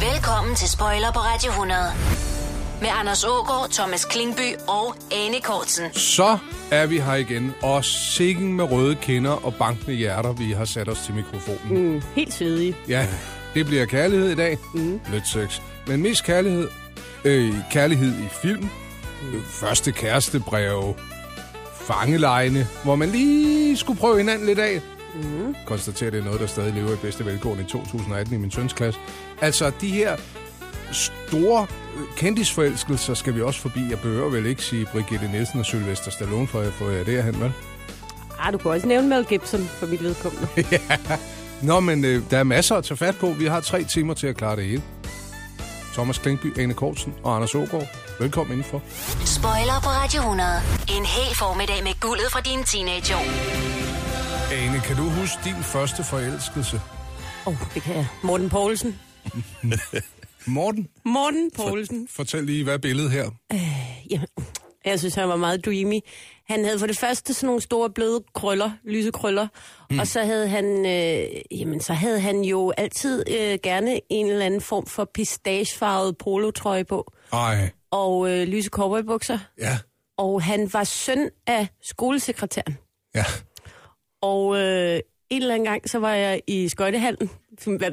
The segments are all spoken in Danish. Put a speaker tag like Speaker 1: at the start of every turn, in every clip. Speaker 1: Velkommen til Spoiler på Radio 100. Med Anders Ågaard, Thomas Klingby og Anne Kortsen.
Speaker 2: Så er vi her igen, og sikken med røde kinder og bankende hjerter, vi har sat os til mikrofonen. Mm.
Speaker 3: Helt svedige.
Speaker 2: Ja, det bliver kærlighed i dag. Mm. Lidt sex. Men mest kærlighed. Øh, kærlighed i film. Mm. Første kærestebreve. Fangelejne, hvor man lige skulle prøve hinanden lidt af. Mm. Konstaterer det er noget, der stadig lever i bedste velgående i 2018 i min søns klasse. Altså, de her store øh, kendisforelskelser skal vi også forbi. Jeg behøver vel ikke sige Brigitte Nielsen og Sylvester Stallone, for jeg får jer derhen, vel?
Speaker 3: Ah, du kunne også nævne Mel Gibson for mit vedkommende.
Speaker 2: Nå, men øh, der er masser at tage fat på. Vi har tre timer til at klare det hele. Thomas Klingby, Ane Kortsen og Anders Ågaard. Velkommen indenfor.
Speaker 1: Spoiler på Radio 100. En hel formiddag med guldet fra dine teenageår.
Speaker 2: Ane, kan du huske din første forelskelse?
Speaker 3: Åh, oh, det kan jeg. Morten Poulsen.
Speaker 2: Morten,
Speaker 3: Morten Poulsen.
Speaker 2: fortæl lige, hvad er billedet her?
Speaker 3: Jamen, jeg synes, han var meget dreamy. Han havde for det første sådan nogle store bløde krøller, lyse krøller. Mm. Og så havde han, øh, jamen, så havde han jo altid øh, gerne en eller anden form for pistagefarvet polotrøje på.
Speaker 2: Ej,
Speaker 3: Og øh, lyse cowboybukser.
Speaker 2: ja,
Speaker 3: Og han var søn af skolesekretæren.
Speaker 2: ja.
Speaker 3: Og øh, en eller anden gang, så var jeg i skøjtehallen,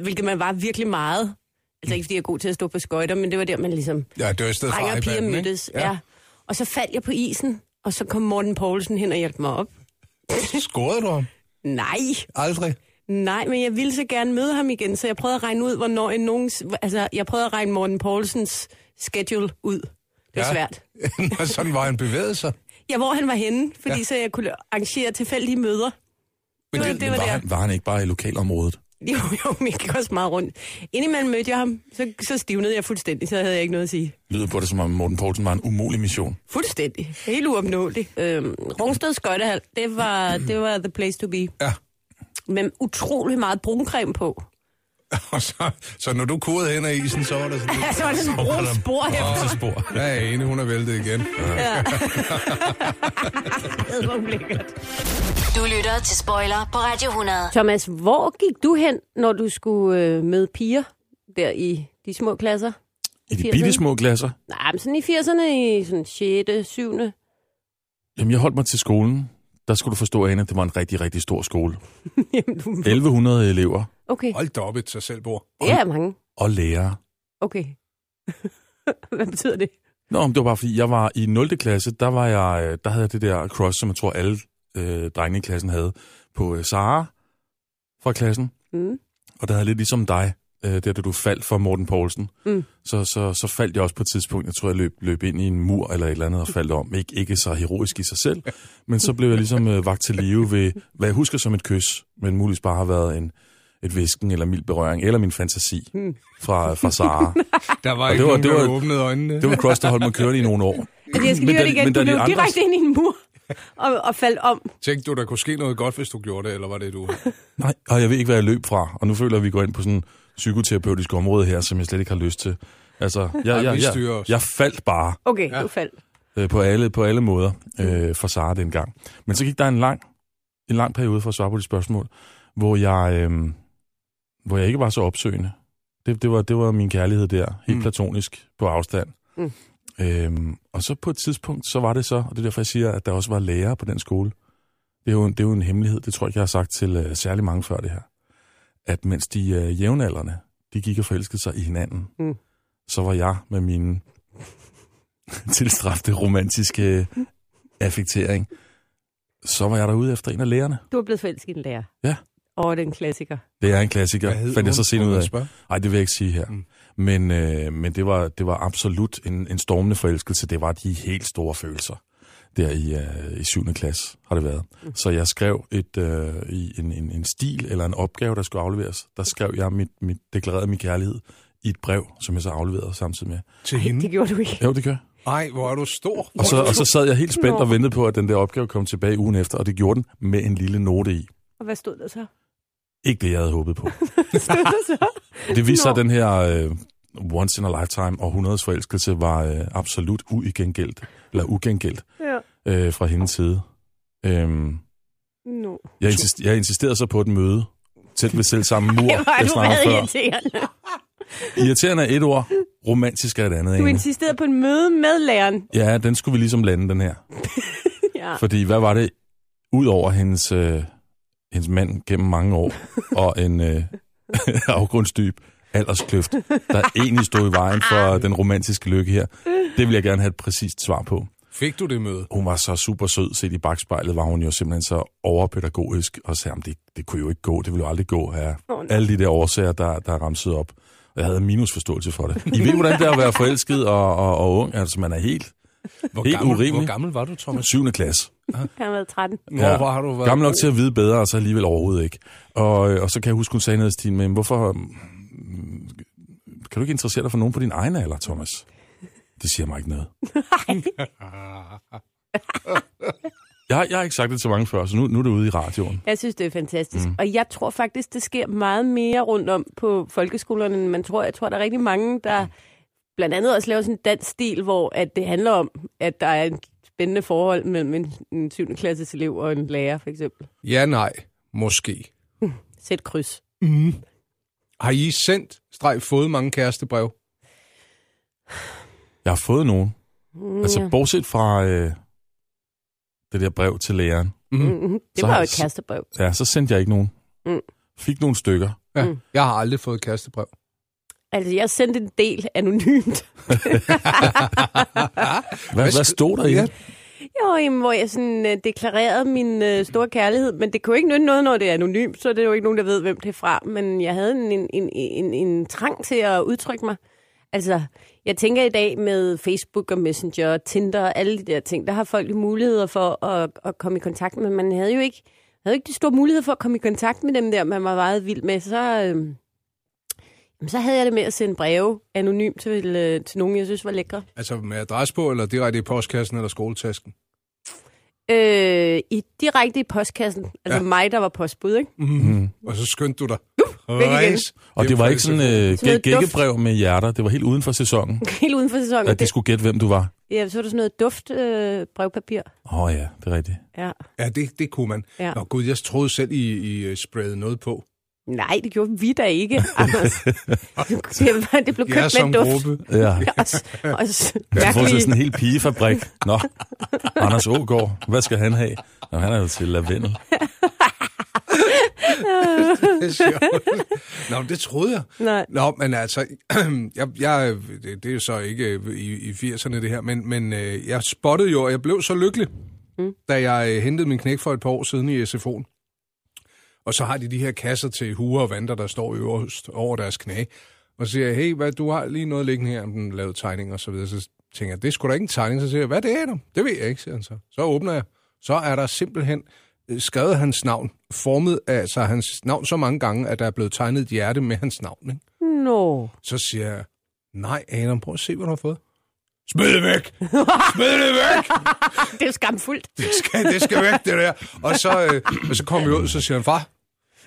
Speaker 3: hvilket man var virkelig meget. Altså ikke fordi jeg er god til at stå på skøjter, men det var der, man ligesom
Speaker 2: Ja, det var i stedet
Speaker 3: drenge
Speaker 2: for
Speaker 3: og piger
Speaker 2: iPad'en, ikke?
Speaker 3: mødtes. Ja. ja. Og så faldt jeg på isen, og så kom Morten Poulsen hen og hjalp mig op.
Speaker 2: Scorede du ham?
Speaker 3: Nej,
Speaker 2: Aldrig.
Speaker 3: nej, men jeg ville så gerne møde ham igen, så jeg prøvede at regne ud, hvornår en nogens... Altså, jeg prøvede at regne Morten Poulsens schedule ud. Det er
Speaker 2: Ja.
Speaker 3: ja. svært.
Speaker 2: Nå, sådan var han bevæget sig.
Speaker 3: Ja, hvor han var henne, fordi ja. så jeg kunne arrangere tilfældige møder.
Speaker 2: Men
Speaker 3: det,
Speaker 2: det-
Speaker 3: var- det
Speaker 4: var,
Speaker 3: var der.
Speaker 4: han, var han ikke bare i lokalområdet?
Speaker 3: Jo, jo, men jeg gik også meget rundt. Indimellem mødte jeg ham, så, så stivnede jeg fuldstændig, så havde jeg ikke noget at sige.
Speaker 4: Lyder på det, som om Morten Poulsen var en umulig mission.
Speaker 3: Fuldstændig. Helt uopnåeligt. Øhm, Rungsted Skøjtehal, det var, det var the place to be.
Speaker 2: Ja,
Speaker 3: Med utrolig meget bruncreme på.
Speaker 2: og så, så når du kurede hen ad isen, så var der sådan...
Speaker 3: Ja, så var Altså, det sådan brune spor efter
Speaker 4: Så spor.
Speaker 2: Ja, Ane, hun er væltet igen.
Speaker 3: mig.
Speaker 1: Du lytter til Spoiler på Radio 100.
Speaker 3: Thomas, hvor gik du hen, når du skulle øh, møde piger der i de små klasser?
Speaker 4: I de
Speaker 3: 80'erne?
Speaker 4: bitte små klasser.
Speaker 3: Nej, men sådan i 80'erne, i sådan 6. 7.
Speaker 4: Jamen, jeg holdt mig til skolen. Der skulle du forstå, Anna, det var en rigtig, rigtig stor skole.
Speaker 3: Jamen, du...
Speaker 4: 1100 elever
Speaker 3: Okay,
Speaker 2: Hold da op et sig selv, bord.
Speaker 3: det er mange.
Speaker 4: og lærere.
Speaker 3: Okay. Hvad betyder det?
Speaker 4: Nå, men det var bare fordi, jeg var i 0. klasse, der, var jeg, øh, der havde jeg det der cross, som jeg tror alle øh, drengene i klassen havde, på øh, Sara fra klassen.
Speaker 3: Mm.
Speaker 4: Og der havde jeg lidt ligesom dig, øh, der da du faldt for Morten Poulsen.
Speaker 3: Mm.
Speaker 4: Så, så, så faldt jeg også på et tidspunkt, jeg tror jeg løb, løb ind i en mur eller et eller andet og faldt om. Ikke, ikke så heroisk i sig selv, men så blev jeg ligesom øh, vagt til live ved, hvad jeg husker som et kys, men muligvis bare har været en, et visken eller mild berøring, eller min fantasi
Speaker 3: Mm.
Speaker 4: fra, fra Sara.
Speaker 2: Der var
Speaker 4: Og
Speaker 2: ikke
Speaker 4: det var-
Speaker 2: nogen,
Speaker 4: det
Speaker 2: der
Speaker 4: var-
Speaker 2: åbnede øjnene.
Speaker 4: Det var cross, der holdt mig kørende i nogle år.
Speaker 3: Altså, jeg skal
Speaker 4: Men
Speaker 3: lige høre
Speaker 4: da-
Speaker 3: det igen.
Speaker 4: men da
Speaker 3: Du
Speaker 4: de
Speaker 3: løb
Speaker 4: andre-
Speaker 3: direkte ind i en mur og, og faldt om.
Speaker 2: Tænkte du, der kunne ske noget godt, hvis du gjorde det, eller var det du?
Speaker 4: Nej, og jeg ved ikke, hvad jeg løb fra. Og nu føler jeg, at vi går ind på sådan en psykoterapeutisk område her, som jeg slet ikke har lyst til. Altså, jeg, jeg,
Speaker 2: vi
Speaker 4: jeg,
Speaker 2: styrer
Speaker 4: jeg,
Speaker 2: os.
Speaker 4: jeg faldt bare
Speaker 3: Okay,
Speaker 2: Ja.
Speaker 3: ja. du faldt.
Speaker 4: øh, på, alle, på alle måder øh, for Sara dengang. Men så gik der en lang, en lang periode for at svare på de spørgsmål, hvor jeg, øh, hvor jeg ikke var så opsøgende. Det, det, var, det var min kærlighed der, helt
Speaker 2: Mm.
Speaker 4: mm. platonisk på afstand.
Speaker 3: Mm.
Speaker 4: Mm. Øhm, og så på et tidspunkt, så var det så, og det er derfor, jeg siger, at der også var lærere på den skole. Det er jo en, det er jo en hemmelighed, det tror jeg ikke, jeg har sagt til øh, særlig mange før det her. At mens de øh, jævnaldrende, de gik og forelskede sig i hinanden,
Speaker 3: Mm.
Speaker 4: mm. så var jeg med min tilstræbte romantiske affektering, så var jeg derude efter en af lærerne.
Speaker 3: Du er blevet forelsket i en lærer.
Speaker 4: Ja.
Speaker 3: Og den klassiker.
Speaker 4: Det er en klassiker, fandt jeg så senere ud af.
Speaker 2: Spørg.
Speaker 4: Nej, det vil jeg ikke sige her.
Speaker 2: Mm.
Speaker 4: Mm. Men, øh, men det, var, det var absolut en, en stormende forelskelse. Det var de helt store følelser der i, øh, i 7. klasse, har det været. Mm. Så jeg skrev et, øh, i en, en, en stil eller en opgave, der skulle afleveres. Der skrev jeg mit, mit deklarerede min kærlighed i et brev, som jeg så afleverede samtidig med.
Speaker 2: Til
Speaker 3: Det
Speaker 2: hende?
Speaker 3: gjorde du ikke.
Speaker 4: Jo, det gør jeg.
Speaker 2: Ej, hvor er du stor.
Speaker 4: Og så, og så sad jeg helt spændt
Speaker 3: Nå.
Speaker 4: og ventede på, at den der opgave kom tilbage ugen efter, og det gjorde den med en lille note i.
Speaker 3: Og hvad stod der så?
Speaker 4: Ikke det, jeg havde håbet på.
Speaker 3: Hvad stod der så?
Speaker 4: Det viste sig, at
Speaker 3: Nå.
Speaker 4: den her øh, once in a lifetime århundredes forelskelse var øh, absolut uigengældt, eller ugengældt
Speaker 3: Ja.
Speaker 4: øh, fra hendes side. Øhm,
Speaker 3: No.
Speaker 4: jeg, insist, jeg insisterede så på et møde, tæt ved selv samme mur,
Speaker 3: Det var
Speaker 4: jeg
Speaker 3: du
Speaker 4: snakkede
Speaker 3: meget
Speaker 4: før.
Speaker 3: irriterende.
Speaker 4: Irriterende er et ord, romantisk er et andet.
Speaker 3: Du
Speaker 4: Ane.
Speaker 3: insisterede på en møde med læreren.
Speaker 4: Ja, den skulle vi ligesom lande, den her.
Speaker 3: Ja.
Speaker 4: Fordi hvad var det, ud over hendes, øh, hendes mand gennem mange år, og en øh, afgrundsdyb alderskløft, der egentlig stod i vejen for
Speaker 3: Ah.
Speaker 4: den romantiske lykke her. Det vil jeg gerne have et præcist svar på.
Speaker 2: Fik du det møde?
Speaker 4: Hun var så super sød, set i bagspejlet var hun jo simpelthen så overpædagogisk, og sagde, "Jamen, det, det kunne jo ikke gå, det ville jo aldrig gå her.
Speaker 3: Åh, nej.
Speaker 4: Alle de der årsager, der, der er ramset op. Og Jeg havde minusforståelse for det. I ved, hvordan det er at være forelsket og, og, og ung, altså man er helt
Speaker 2: Hvor
Speaker 4: Helt
Speaker 2: gammel,
Speaker 4: urimeligt.
Speaker 2: Hvor gammel var du, Thomas?
Speaker 4: 7. klasse.
Speaker 3: Han har været 13.
Speaker 2: Hvor ja. var du? Været?
Speaker 4: Gammel nok til at vide bedre, og så alligevel overhovedet ikke. Og, øh, og så kan jeg huske, hun sagde noget i stil med, "Men hvorfor... mm, Kan du ikke interessere dig for nogen på din egen alder, Thomas? Det siger mig ikke noget.
Speaker 2: Ah.
Speaker 4: jeg, jeg har ikke sagt det så mange før, så nu, nu er det ude i radioen.
Speaker 3: Jeg synes, det er fantastisk. Mm. Og jeg tror faktisk, det sker meget mere rundt om på folkeskolerne, end man tror. Jeg tror, der er rigtig mange, der blandt andet også laver sådan en dansk stil, hvor at det handler om, at der er et spændende forhold mellem en, en 7. klasses elev og en lærer, for eksempel.
Speaker 2: Ja, nej. Måske.
Speaker 3: Sæt kryds.
Speaker 2: Har I sendt, streg, fået mange kærestebrev?
Speaker 4: Jeg har fået nogen.
Speaker 3: Mm,
Speaker 4: Altså,
Speaker 3: ja.
Speaker 4: bortset fra øh, det der brev til læreren.
Speaker 3: mm, det
Speaker 4: så
Speaker 3: var
Speaker 4: har-
Speaker 3: jo et kastebrev.
Speaker 4: Ja, så sendte jeg ikke nogen.
Speaker 3: Mm.
Speaker 4: Fik nogle stykker.
Speaker 2: Ja.
Speaker 3: Mm.
Speaker 2: Mm. Jeg har aldrig fået kærestebrev.
Speaker 3: Altså, jeg sendte en del anonymt.
Speaker 4: Hvad, hvad stod der i?
Speaker 2: Ja.
Speaker 4: Ja.
Speaker 3: Jo, jamen, hvor jeg sådan, øh, deklarerede min øh, store kærlighed, men det kunne jo ikke nytte noget, når det er anonymt, så er det er jo ikke nogen, der ved, hvem det er fra. Men jeg havde en, en, en, en, en trang til at udtrykke mig. Altså, jeg tænker i dag med Facebook og Messenger og Tinder og alle de der ting, der har folk jo muligheder for at, at komme i kontakt med, man havde jo ikke, havde jo ikke de store muligheder for at komme i kontakt med dem der, man var meget vild med. Så, øh, jamen, så havde jeg det med at sende breve anonymt til, øh, til nogen, jeg synes var lækre.
Speaker 2: Altså med adresse på, eller direkte i postkassen eller skoletasken?
Speaker 3: Øh, i, direkte i postkassen. Altså ja. mig, der var postbud, ikke?
Speaker 2: Mm. Og så skyndte du dig.
Speaker 3: væk igen.
Speaker 2: Rejs.
Speaker 4: Mhm.
Speaker 2: altså-
Speaker 4: Og det var ikke sådan øh,
Speaker 3: Sådan noget
Speaker 4: gæ- gækkebrev med hjerter. Det var helt uden for sæsonen.
Speaker 3: Helt uden for sæsonen.
Speaker 4: At de skulle gætte, hvem du var.
Speaker 3: det, ja, så var der sådan noget duft øh, brevpapir.
Speaker 4: Åh oh, ja, det er rigtigt.
Speaker 3: Ja.
Speaker 2: Ja, det, det kunne man.
Speaker 3: Ja.
Speaker 2: Ja. Nå gud, jeg troede selv, I, I øh, sprayede noget på.
Speaker 3: Nej, det gjorde vi da ikke, Anders. det, var- det blev købt
Speaker 2: Jeg
Speaker 3: med
Speaker 2: som
Speaker 3: duft.
Speaker 2: gruppe.
Speaker 4: Ja.
Speaker 3: Også, også
Speaker 4: Jeg får sådan en
Speaker 3: mærkelige,
Speaker 4: hel pigefabrik. Nå, Anders Ågaard, hvad skal han have? Nå, han er jo til lavendel.
Speaker 2: Det er sjovt. Nå, men det troede jeg.
Speaker 3: Nej.
Speaker 2: Nå, men altså, jeg, jeg, det, det er jo så ikke øh, i, i 80'erne det her, men, men øh, jeg spottede jo, og jeg blev så lykkelig, mm. da jeg øh, hentede min knæk for et par år siden i SFO'en. Og så har de de her kasser til huer og vandter, der står øverst over deres knæ. Og så siger jeg, hey, hvad, du har lige noget liggende her, om den lavede tegning og så videre. Så tænker jeg, det er sgu da ikke en tegning. Så siger jeg, hvad det er det? Det ved jeg ikke, siger han så. Så åbner jeg. Så er der simpelthen øh, skrevet hans navn, formet altså hans navn så mange gange, at der er blevet tegnet et hjerte med hans navn. Ikke?
Speaker 3: Nå.
Speaker 2: Så siger jeg, nej, Adam, prøv at se, hvad du har fået. Smid det væk! Smid det væk!
Speaker 3: Det er jo skamfuldt.
Speaker 2: Det skal, det skal væk, det der. Og så, øh, og så kommer vi ud, så siger han, far,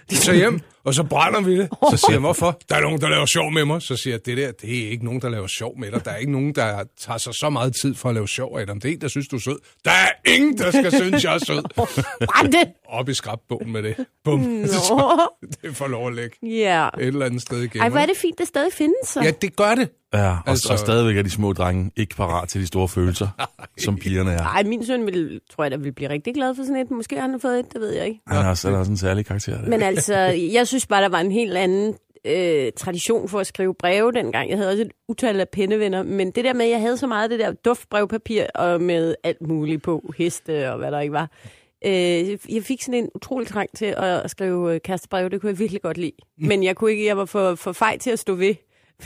Speaker 2: vi tager hjem, og så brænder vi det. Så siger han, hvorfor? Der er nogen, der laver sjov med mig. Så siger jeg, det der, det er ikke nogen, der laver sjov med dig. Der er ikke nogen, der tager sig så meget tid for at lave sjov af dig. Det er en, der synes, du er sød. Der er ingen, der skal synes, jeg er sød.
Speaker 3: Brænde!
Speaker 2: Op i skrabbogen med det. Bum.
Speaker 3: Nå.
Speaker 2: Så, det får lov at lægge
Speaker 3: Ja.
Speaker 2: et eller andet sted igen.
Speaker 3: Ej, hvor er det fint, det stadig findes. Så.
Speaker 2: Ja, det gør det.
Speaker 4: Ja, og, altså,
Speaker 2: Altså-
Speaker 4: og stadigvæk er de små drenge ikke parat til de store følelser, som pigerne er.
Speaker 3: Ej, min søn vil, tror jeg, der vil blive rigtig glad for sådan et. Måske har han fået et, det ved jeg ikke.
Speaker 4: Han er også, han er også en særlig karakter. Der.
Speaker 3: Men altså, jeg synes bare, der var en helt anden øh, tradition for at skrive breve dengang. Jeg havde også et utal af pennevenner, men det der med, at jeg havde så meget af det der duftbrevpapir og med alt muligt på, heste og hvad der ikke var. Øh, jeg fik sådan en utrolig trang til at skrive øh, kærestebreve, det kunne jeg virkelig godt lide. Men jeg kunne ikke, jeg var for, for fej til at stå ved,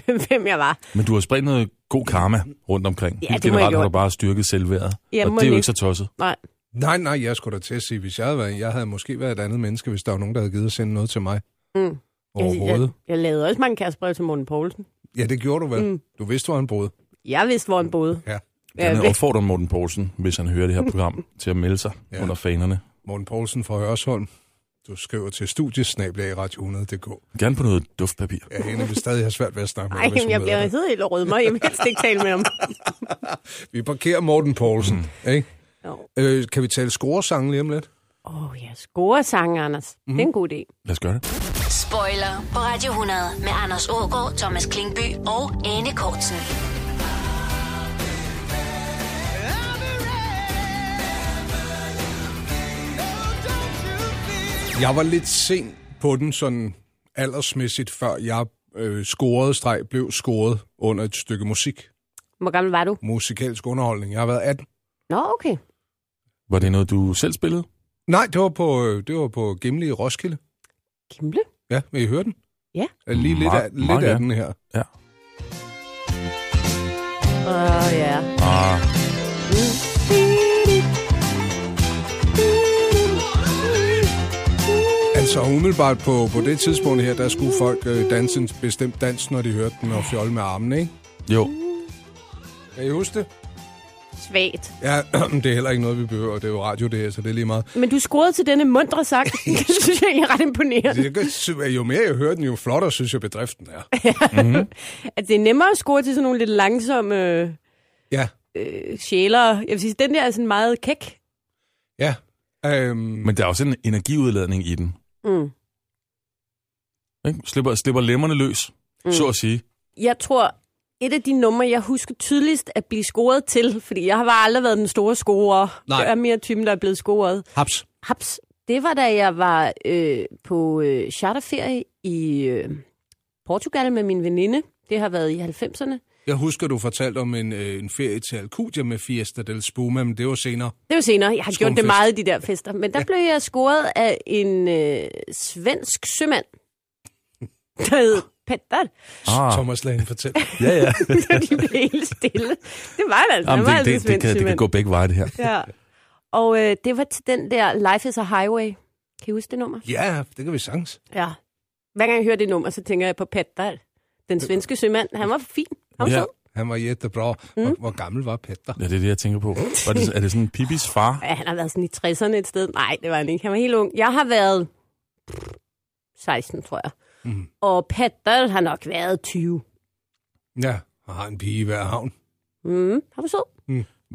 Speaker 3: hvem jeg var.
Speaker 4: Men du har spredt noget god karma rundt omkring.
Speaker 3: Ja,
Speaker 4: Helt
Speaker 3: det må jeg
Speaker 4: generelt har du
Speaker 3: gjort.
Speaker 4: bare styrket selvværdet.
Speaker 3: Ja,
Speaker 4: og
Speaker 3: må
Speaker 4: det er jo
Speaker 3: jeg.
Speaker 4: ikke så tosset.
Speaker 3: Nej,
Speaker 2: Nej, nej, jeg skulle da til at sige, hvis jeg havde været, jeg havde måske været et andet menneske, hvis der var nogen, der havde givet at sende noget til mig.
Speaker 3: Mm. jeg, jeg,
Speaker 2: Overhovedet.
Speaker 3: jeg lavede også mange kærestebreve til Morten Poulsen.
Speaker 2: Ja, det gjorde du vel.
Speaker 3: Mm.
Speaker 2: Mm. Du vidste, hvor han boede.
Speaker 3: Jeg vidste, hvor han boede.
Speaker 2: Ja.
Speaker 3: Ja,
Speaker 4: Jeg opfordrer Morten Poulsen, hvis han hører det her program, til at melde sig ja.
Speaker 2: Ja.
Speaker 4: under fanerne.
Speaker 2: Morten Poulsen fra Hørsholm. Du skriver til studiesnablag i Radio 100.dk.
Speaker 4: Gerne på noget duftpapir.
Speaker 2: Ja, hende vil stadig have svært ved at snakke med
Speaker 3: Ej,
Speaker 2: dig, hvis
Speaker 3: men
Speaker 2: hun
Speaker 3: jeg
Speaker 2: møder
Speaker 3: bliver
Speaker 2: dig.
Speaker 3: helt helt rød mig. Jeg vil helst ikke tale med ham.
Speaker 2: Vi parkerer Morten Poulsen, mm. ikke?
Speaker 3: Jo.
Speaker 2: Øh, kan vi tale scoresange lige om lidt?
Speaker 3: Åh oh, ja, scoresange, Anders. Mm.
Speaker 2: Mhm.
Speaker 3: Det er en god idé.
Speaker 4: Lad os gøre det.
Speaker 1: Spoiler på Radio 100 med Anders Ågaard, Thomas Klingby og Anne Kortsen.
Speaker 2: Jeg var lidt sent på den sådan aldersmæssigt, før jeg øh, scorede streg, blev scoret under et stykke musik.
Speaker 3: Hvor gammel var du?
Speaker 2: Musikalsk underholdning. Jeg har været 18.
Speaker 3: Nå, okay.
Speaker 4: Var det noget, du selv spillede?
Speaker 2: Nej, det var på, øh, det var på Gimli i Roskilde.
Speaker 3: Kimble?
Speaker 2: Ja, vil I høre den?
Speaker 3: Ja.
Speaker 2: Øh, Lige lidt,
Speaker 4: Meget-
Speaker 2: af, lidt
Speaker 4: meget
Speaker 2: af
Speaker 4: gerne.
Speaker 2: den her.
Speaker 4: Ja.
Speaker 3: Åh oh, ja.
Speaker 4: Ah,
Speaker 2: Altså umiddelbart på, på det tidspunkt her, der skulle folk øh, danse en bestemt dans, når de hørte den, og fjolle med armene, ikke?
Speaker 4: jo.
Speaker 2: Kan I huske det?
Speaker 3: Svagt.
Speaker 2: Ja, det er heller ikke noget, vi behøver. Det er jo radio, det her, så det er lige meget.
Speaker 3: Men du scorede til denne mundre sang. det synes jeg, jeg er ret imponerende.
Speaker 2: Det, er- jo mere jeg hører den, jo flottere synes jeg, bedriften er. Mhm.
Speaker 3: At det er nemmere at score til sådan nogle lidt langsomme øh,
Speaker 2: Ja,
Speaker 3: øh, sjæler. Jeg vil sige, den der er sådan meget kæk.
Speaker 2: ja. Øhm,
Speaker 4: Men der er også en energiudladning i den.
Speaker 3: Mm.
Speaker 4: Ikke? Slipper, slipper lemmerne løs, mm. så at sige.
Speaker 3: Jeg tror, et af de numre, jeg husker tydeligst at blive scoret til, fordi jeg har aldrig været den store scorer.
Speaker 2: Nej.
Speaker 3: Jeg er mere typen, der er blevet scoret.
Speaker 2: haps.
Speaker 3: Haps, det var da jeg var øh, på øh, charterferie i øh, Portugal med min veninde. Det har været i 90'erne.
Speaker 2: Jeg husker, du fortalte om en, øh, en ferie til Alcudia med Fiesta del Spuma, men det var senere.
Speaker 3: Det var senere. Jeg har gjort det
Speaker 2: Skumfest.
Speaker 3: meget i de der fester. Men der blev jeg scoret af en øh, svensk sømand, der hed Petter.
Speaker 2: Ah.
Speaker 4: Ah.
Speaker 2: Thomas Lagen fortæller.
Speaker 4: Ja, ja.
Speaker 3: De blev helt stille. Det var det altså.
Speaker 4: Jamen,
Speaker 3: Jamen, var
Speaker 4: det,
Speaker 3: altså
Speaker 4: det, det, kan, det kan gå begge veje, det her.
Speaker 3: Ja. Og øh, det var til den der Life is a Highway. Kan I huske det nummer?
Speaker 2: ja, det kan vi sagtens.
Speaker 3: Ja. Hver gang jeg hører det nummer, så tænker jeg på Petter. Den svenske sømand. Han var fin. Han var
Speaker 4: Ja.
Speaker 3: sød.
Speaker 2: Han var jättebra. Mm. Hvor, hvor gammel var Petter?
Speaker 4: Ja, det er det, jeg tænker på. Var det, er det sådan Pipis far?
Speaker 3: Ja, han har været sådan i 60'erne et sted. Nej, det var han ikke. Han var helt ung. Jeg har været 16, tror jeg. Mm.
Speaker 4: Mhm.
Speaker 3: Og Petter har nok været 20.
Speaker 2: Ja, og har en pige i hver havn.
Speaker 3: Mm, han var sød.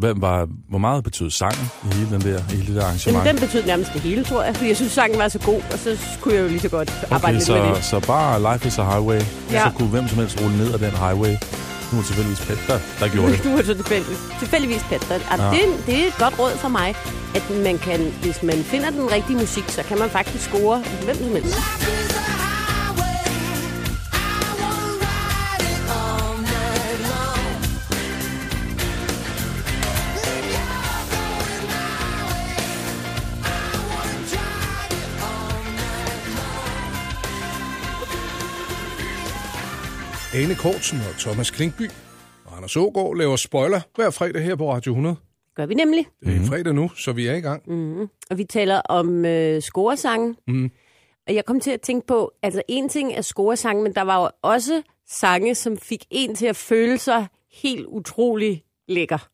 Speaker 4: Hvad var, hvor meget betød sangen i hele, den der, i hele det der
Speaker 3: Jamen,
Speaker 4: arrangement?
Speaker 3: den betød nærmest det hele, tror jeg. Fordi jeg synes, sangen var så god, og så kunne jeg jo lige så godt arbejde
Speaker 4: okay,
Speaker 3: lidt
Speaker 4: så,
Speaker 3: med det.
Speaker 4: så bare Life is a Highway. Ja.
Speaker 3: Ja.
Speaker 4: Så kunne hvem som helst rulle ned ad den highway. Nu er det tilfældigvis Petter, der gjorde det.
Speaker 3: Nu er det så tilfældigvis, tilfældigvis Petter. Ja. Det, er- det er et godt råd for mig, at man kan, hvis man finder den rigtige musik, så kan man faktisk score hvem som helst.
Speaker 2: Ane Kortsen og Thomas Klinkby og Anders Ågaard laver spoiler hver fredag her på Radio 100.
Speaker 3: Gør vi nemlig.
Speaker 2: Det er fredag nu, så vi er i gang.
Speaker 3: og vi taler om øh, scoresange. Mm. Og jeg kom til at tænke på, altså en ting er scoresange, men der var jo også sange, som fik en til at føle sig helt utrolig lækker.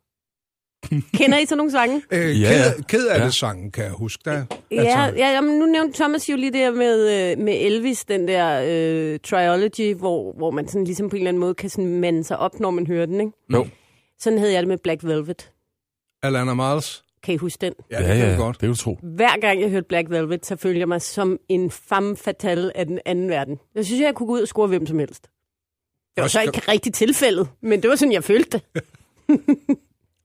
Speaker 3: Kender I så nogle sange?
Speaker 2: Øh,
Speaker 4: Ja,
Speaker 2: ked,
Speaker 4: ja.
Speaker 2: ked af
Speaker 4: Ja.
Speaker 2: det sangen, kan jeg huske. Der,
Speaker 3: Ja, ja jamen, nu nævnte Thomas jo lige det her med, øh, med Elvis, den der øh, triology, hvor, hvor man sådan ligesom på en eller anden måde kan sådan mande sig op, når man hører den. Ikke?
Speaker 4: Jo.
Speaker 3: Sådan havde jeg det med Black Velvet.
Speaker 2: Alana Miles.
Speaker 3: Kan I huske den?
Speaker 2: Ja, det kan vi godt.
Speaker 4: det kan du tro.
Speaker 3: hver gang jeg hørte Black Velvet, så følte jeg mig som en femme fatale af den anden verden. Jeg synes, jeg kunne gå ud og score hvem som helst. Det var
Speaker 2: Også
Speaker 3: så ikke rigtig tilfældet, men det var sådan, jeg følte det.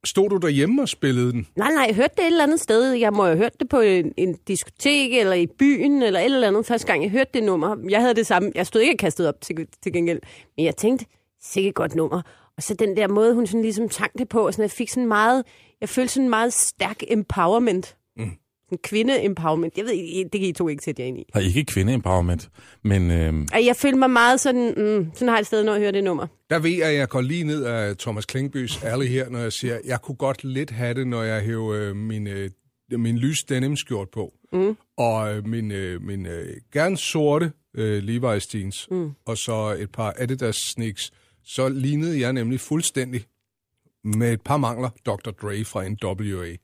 Speaker 2: Stod du derhjemme og spillede den?
Speaker 3: Nej, nej, jeg hørte det et eller andet sted. Jeg må have hørt det på en, en diskotek, eller i byen, eller et eller andet. Første gang, jeg hørte det nummer. Jeg havde det samme. Jeg stod ikke og kastede op til, til gengæld. Men jeg tænkte, sikkert et godt nummer. Og så den der måde, hun sådan ligesom sang det på. Og sådan, jeg fik sådan meget, jeg følte sådan meget stærk empowerment. Mm. En kvinde-empowerment. Jeg ved, ikke, det kan I to ikke sætte jer ind i.
Speaker 4: Og ikke kvindeempowerment, men øhm,
Speaker 3: Ej, Jeg følte mig meget sådan, mm, sådan har jeg det stadig, når jeg hører det nummer.
Speaker 2: Der ved jeg, at jeg går lige ned af Thomas Klingbys alley her, når jeg siger, jeg kunne godt lidt have det, når jeg hæver øh, min, øh, min lys denim skjort på. Mm. Og øh, min, øh, min øh, gerne sorte øh, Levi's jeans. Mm. Og så et par Adidas sneaks. Så lignede jeg nemlig fuldstændig med et par mangler Dr. Dre fra NWA.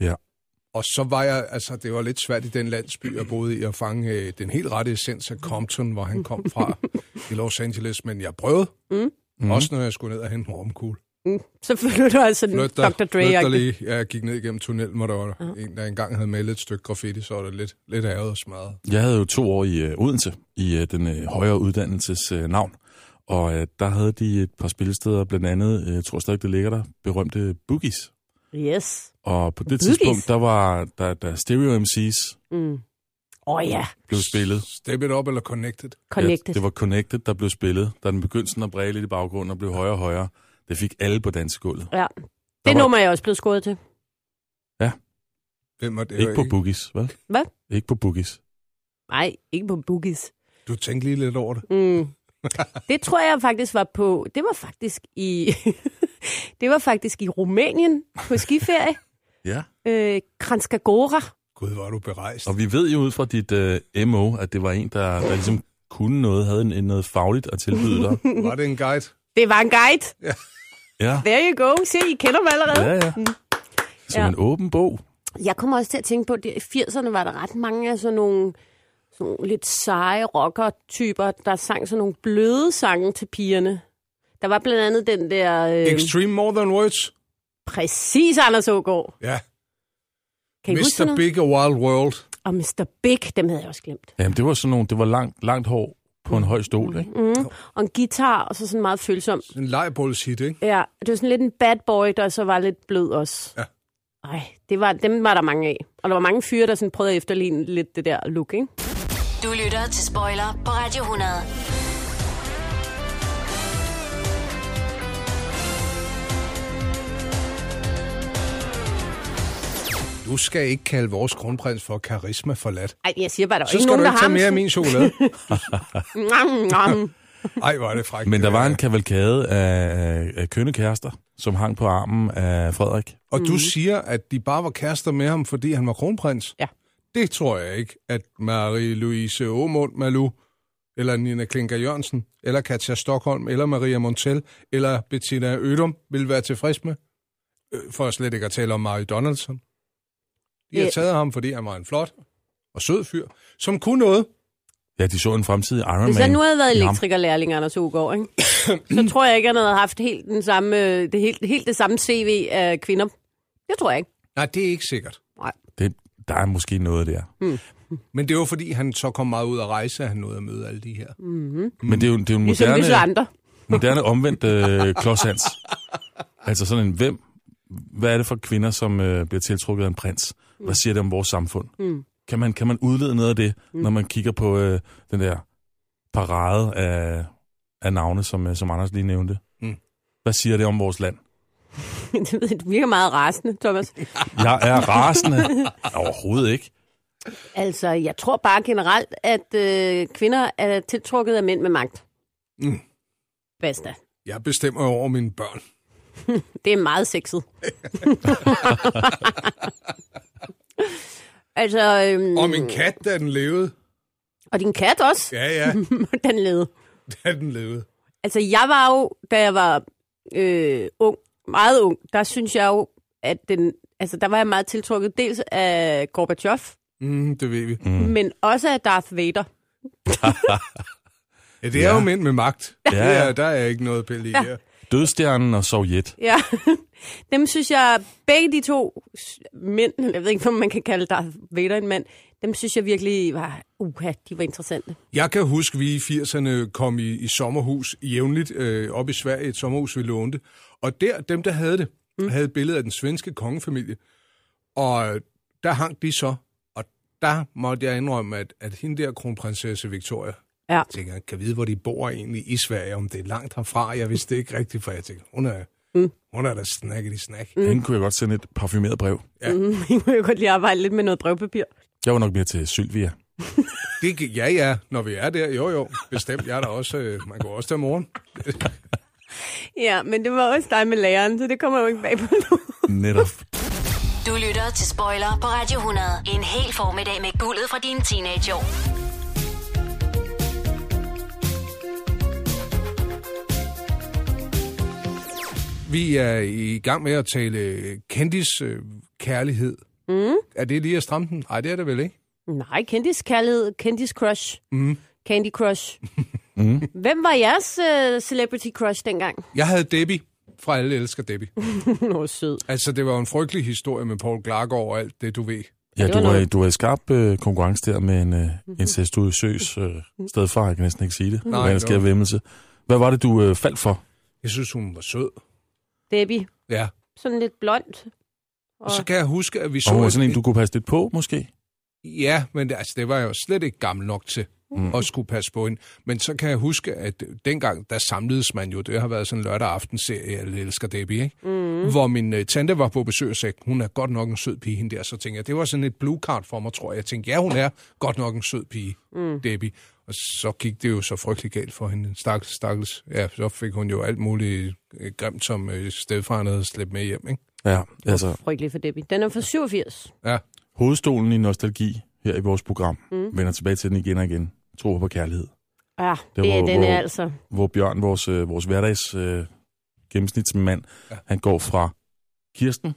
Speaker 4: ja.
Speaker 2: Og så var jeg, altså det var lidt svært i den landsby, jeg boede i, at fange øh, den helt rette essens af Compton, Mm.
Speaker 3: Mm.
Speaker 2: hvor han kom fra i Los Angeles. Men jeg prøvede, mm. også når jeg skulle ned og hente en romkugle.
Speaker 3: Så flytter du altså
Speaker 2: Flyt
Speaker 3: Flytter,
Speaker 2: dig,
Speaker 3: Dr.
Speaker 2: flyt dig
Speaker 3: Dre.
Speaker 2: lige. Ja, jeg gik ned igennem tunnelen, hvor der var
Speaker 3: Ah.
Speaker 2: ja. en, der engang havde malet et stykke graffiti, så var det lidt, lidt ærget og smadret.
Speaker 4: Jeg havde jo to år i øh, Odense, i øh, den øh, højere uddannelses øh, navn. Og øh, der havde de et par spillesteder, blandt andet, øh, jeg tror stadig, det ligger der, berømte Boogies.
Speaker 3: Yes.
Speaker 4: Og på det
Speaker 3: Boogies?
Speaker 4: tidspunkt, der var der, der Stereo MC's
Speaker 3: Mm. Åh oh, ja,
Speaker 4: blev spillet.
Speaker 2: Step it up eller connected.
Speaker 3: connected.
Speaker 4: Ja, det var Connected, der blev spillet. Da den begyndte sådan at bræge lidt i baggrunden og blev højere og højere. Det fik alle på dansegulvet.
Speaker 3: Ja.
Speaker 4: Der
Speaker 3: Det
Speaker 4: var-
Speaker 3: nummer er jeg også blevet skåret til.
Speaker 2: Hvem var det?
Speaker 4: Ikke på Boogies, vel?
Speaker 3: Hvad?
Speaker 4: Ikke på Boogies.
Speaker 3: Nej, ikke på Boogies.
Speaker 2: Du tænkte lige lidt over det.
Speaker 3: Mm. Det tror jeg faktisk var på... Det var faktisk i... det var faktisk i Rumænien på skiferie.
Speaker 4: Ja.
Speaker 3: øh, Kranskagora.
Speaker 2: Gud, var du berejst.
Speaker 4: Og vi ved jo ud fra dit øh, MO, at det var en, der, der ligesom kunne noget, havde en, en noget fagligt at tilbyde dig.
Speaker 2: Var det en guide?
Speaker 3: Det var en guide.
Speaker 4: Ja,
Speaker 3: There you go. Se, I kender mig allerede.
Speaker 4: ja,
Speaker 3: Mm.
Speaker 4: ja. Som
Speaker 3: Ja.
Speaker 4: en åben bog.
Speaker 3: Jeg kommer også til at tænke på, at det- i 80'erne var der ret mange af sådan nogle, sådan nogle lidt seje rocker-typer, der sang sådan nogle bløde sange til pigerne. Der var blandt andet den der... Øh,
Speaker 2: Extreme More Than Words?
Speaker 3: præcis Anders Ågaard.
Speaker 2: Ja.
Speaker 3: Kan I huske sådan
Speaker 2: Mr.
Speaker 3: noget?
Speaker 2: Big og Wild World.
Speaker 3: Og Mr. Big, dem havde jeg også glemt.
Speaker 4: Jamen, det var sådan nogle, det var langt, langt hår på en høj stol, ikke?
Speaker 3: Mm. Og en guitar, og så sådan meget følsom.
Speaker 2: En lejbolds hit, ikke?
Speaker 3: Ja, det var sådan lidt en bad boy, der så var lidt blød også.
Speaker 2: Ja.
Speaker 3: Ej, det var, dem var der mange af. Og der var mange fyre, der sådan prøvede at efterligne lidt det der look, ikke?
Speaker 1: Du lytter til Spoiler på Radio 100.
Speaker 2: Du skal ikke kalde vores kronprins for karisma forladt.
Speaker 3: Ej, jeg siger bare, der var
Speaker 2: Så
Speaker 3: ikke
Speaker 2: skal
Speaker 3: nogen,
Speaker 2: du
Speaker 3: der
Speaker 2: ikke
Speaker 3: har
Speaker 2: tage mere af min chokolade.
Speaker 3: ham. Nom, nom.
Speaker 2: Ej, hvor er det frækt.
Speaker 4: Men der
Speaker 2: det
Speaker 4: var
Speaker 2: der.
Speaker 4: en kavalkade af, af kønnekærester, som hang på armen af Frederik.
Speaker 2: Og
Speaker 3: Mm.
Speaker 2: du siger, at de bare var kærester med ham, fordi han var kronprins?
Speaker 3: Ja.
Speaker 2: Det tror jeg ikke, at Marie-Louise Aumund Malou, eller Nina Klinker Jørgensen, eller Katja Stockholm, eller Maria Montel, eller Bettina Ødum ville være tilfreds med. Øh, For slet ikke at tale om Marie Donaldson. De har
Speaker 3: Ja.
Speaker 2: taget ham, fordi han var en flot og sød fyr, som kunne noget.
Speaker 4: Ja, de så en fremtidig Iron Man.
Speaker 3: Hvis han nu havde været
Speaker 4: i ham.
Speaker 3: elektrikerlærling, Anders Ugaard, ikke? så tror jeg ikke, han havde haft helt, den samme, øh, det, helt, helt det samme CV af kvinder. Det tror jeg ikke.
Speaker 2: Nej, det er ikke sikkert.
Speaker 4: Det, der er måske noget der.
Speaker 2: Men det var, fordi han så kom meget ud at rejse, at han nåede at møde alle de her.
Speaker 4: Men det er jo, det er jo en
Speaker 3: Ligesom
Speaker 4: moderne,
Speaker 3: visse andre.
Speaker 4: moderne omvendt øh, klods Hans. Altså sådan en hvem. Hvad er det for kvinder, som øh, bliver tiltrukket af en prins? Hvad siger det om vores samfund?
Speaker 3: Mm.
Speaker 4: Kan, man, kan man udlede noget af det, når man kigger på øh, den der parade af, af navne, som, øh, som Anders lige nævnte?
Speaker 2: Mm.
Speaker 4: Hvad siger det om vores land?
Speaker 3: det ved- det virker meget rasende, Thomas.
Speaker 4: Jeg er rasende. Overhovedet ikke.
Speaker 3: Altså, jeg tror bare generelt, at øh, kvinder er tiltrukket af mænd med magt.
Speaker 2: Mm.
Speaker 3: Basta.
Speaker 2: Jeg bestemmer jo over mine børn.
Speaker 3: Det er meget sexet. altså, øhm,
Speaker 2: Og min kat, da den levede.
Speaker 3: og din kat også,
Speaker 2: Ja, ja,
Speaker 3: den led.
Speaker 2: da den levede.
Speaker 3: Altså, jeg var jo, da jeg var øh, ung, meget ung, der synes jeg jo, at den, altså, der var jeg meget tiltrukket dels af Gorbachev,
Speaker 2: Mm, det ved vi.
Speaker 3: mm. men også af Darth Vader.
Speaker 2: Ja, det er
Speaker 4: Ja.
Speaker 2: jo mænd med magt.
Speaker 4: Ja,
Speaker 2: Ja,
Speaker 4: ja.
Speaker 2: der er ikke noget pille i her.
Speaker 4: Dødstjernen og Sovjet.
Speaker 3: Ja, dem synes jeg, begge de to s- mænd, jeg ved ikke, om man kan kalde Darth Vader en mand, dem synes jeg virkelig var, uha, de var interessante.
Speaker 2: Jeg kan huske, vi i 80'erne kom i, i sommerhus jævnligt øh, op i Sverige, et sommerhus, vi lånte. Og der, dem der havde det, mm. havde et billede af den svenske kongefamilie. Og øh, der hang de så. Og der måtte jeg indrømme, at, at hende der kronprinsesse Victoria,
Speaker 3: Ja.
Speaker 2: Jeg tænker, kan vide, hvor de bor egentlig i Sverige, om det er langt herfra. Jeg vidste det ikke rigtigt, for jeg tænkte, hun er, mm. hun er da snakket i snak.
Speaker 4: Mm. Hende kunne jeg godt sende et parfumeret brev.
Speaker 3: Mm, jeg kunne jo godt lige arbejde lidt med noget brevpapir.
Speaker 4: Jeg var nok mere til Sylvia.
Speaker 2: Det, gi- ja, ja, når vi er der, jo jo, bestemt. Jeg er der også, øh, man går også der morgen.
Speaker 3: Ja, men det var også dig med læreren, så det kommer jo ikke bag på nogen.
Speaker 4: Netop.
Speaker 1: Du lytter til Spoiler på Radio 100. En hel formiddag med guldet fra dine teenageår.
Speaker 2: Vi er i gang med at tale øh, kendis øh, kærlighed. Mm. Er det lige at stramme den? Nej, det er det vel ikke.
Speaker 3: Nej, kendis kærlighed, kendis crush. Mm. Candy crush. mm. Hvem var jeres uh, øh, celebrity crush dengang?
Speaker 2: Jeg havde Debbie fra Alle Elsker Debbie.
Speaker 3: Nå, sød.
Speaker 2: Altså, det var jo en frygtelig historie med Paul Glargaard og alt det, du ved.
Speaker 4: Ja,
Speaker 3: det var
Speaker 4: du er,
Speaker 3: noget.
Speaker 4: du er i skarp øh, konkurrence der med en øh, incestuøsøs øh, stedfar. Jeg kan næsten ikke sige det.
Speaker 2: Nej,
Speaker 4: Nej,
Speaker 2: det
Speaker 4: det sker
Speaker 2: var-
Speaker 4: vemmelse. Hvad var det, du øh, faldt for?
Speaker 2: Jeg synes, hun var sød.
Speaker 3: Debbie,
Speaker 2: Ja,
Speaker 3: sådan lidt blond.
Speaker 2: og så kan jeg huske, at vi så...
Speaker 4: Og hun var sådan en, du kunne passe lidt på, måske?
Speaker 2: Ja, men det, altså, det var jeg jo slet ikke gammel nok til mm. at skulle passe på hende. Men så kan jeg huske, at dengang, der samledes man jo, det har været sådan en lørdag aftenserie, jeg elsker Debbie, ikke? Mm. hvor min uh, tante var på besøg og sagde, hun er godt nok en sød pige, hende der. Så tænkte jeg, det var sådan et blue card for mig, tror jeg. Jeg tænkte, ja, hun er godt nok en sød pige, mm. Debbie. Og så gik det jo så frygtelig galt for hende. Stakkels, stakkels. Ja, så fik hun jo alt muligt øh, grimt, som øh, stedfaren havde slæbt med hjem, ikke?
Speaker 4: Ja, altså
Speaker 3: Frygtelig for Debbie. Den er fra 87.
Speaker 2: Ja.
Speaker 4: hovedstolen i nostalgi her i vores program mm. vender tilbage til den igen og igen. Tro på kærlighed.
Speaker 3: Ja,
Speaker 4: Det
Speaker 3: det, det er,
Speaker 4: var-
Speaker 3: den
Speaker 4: hvor-
Speaker 3: er altså.
Speaker 4: Hvor Bjørn, vores, øh, vores hverdags øh, gennemsnitsmand, ja. han går fra Kirsten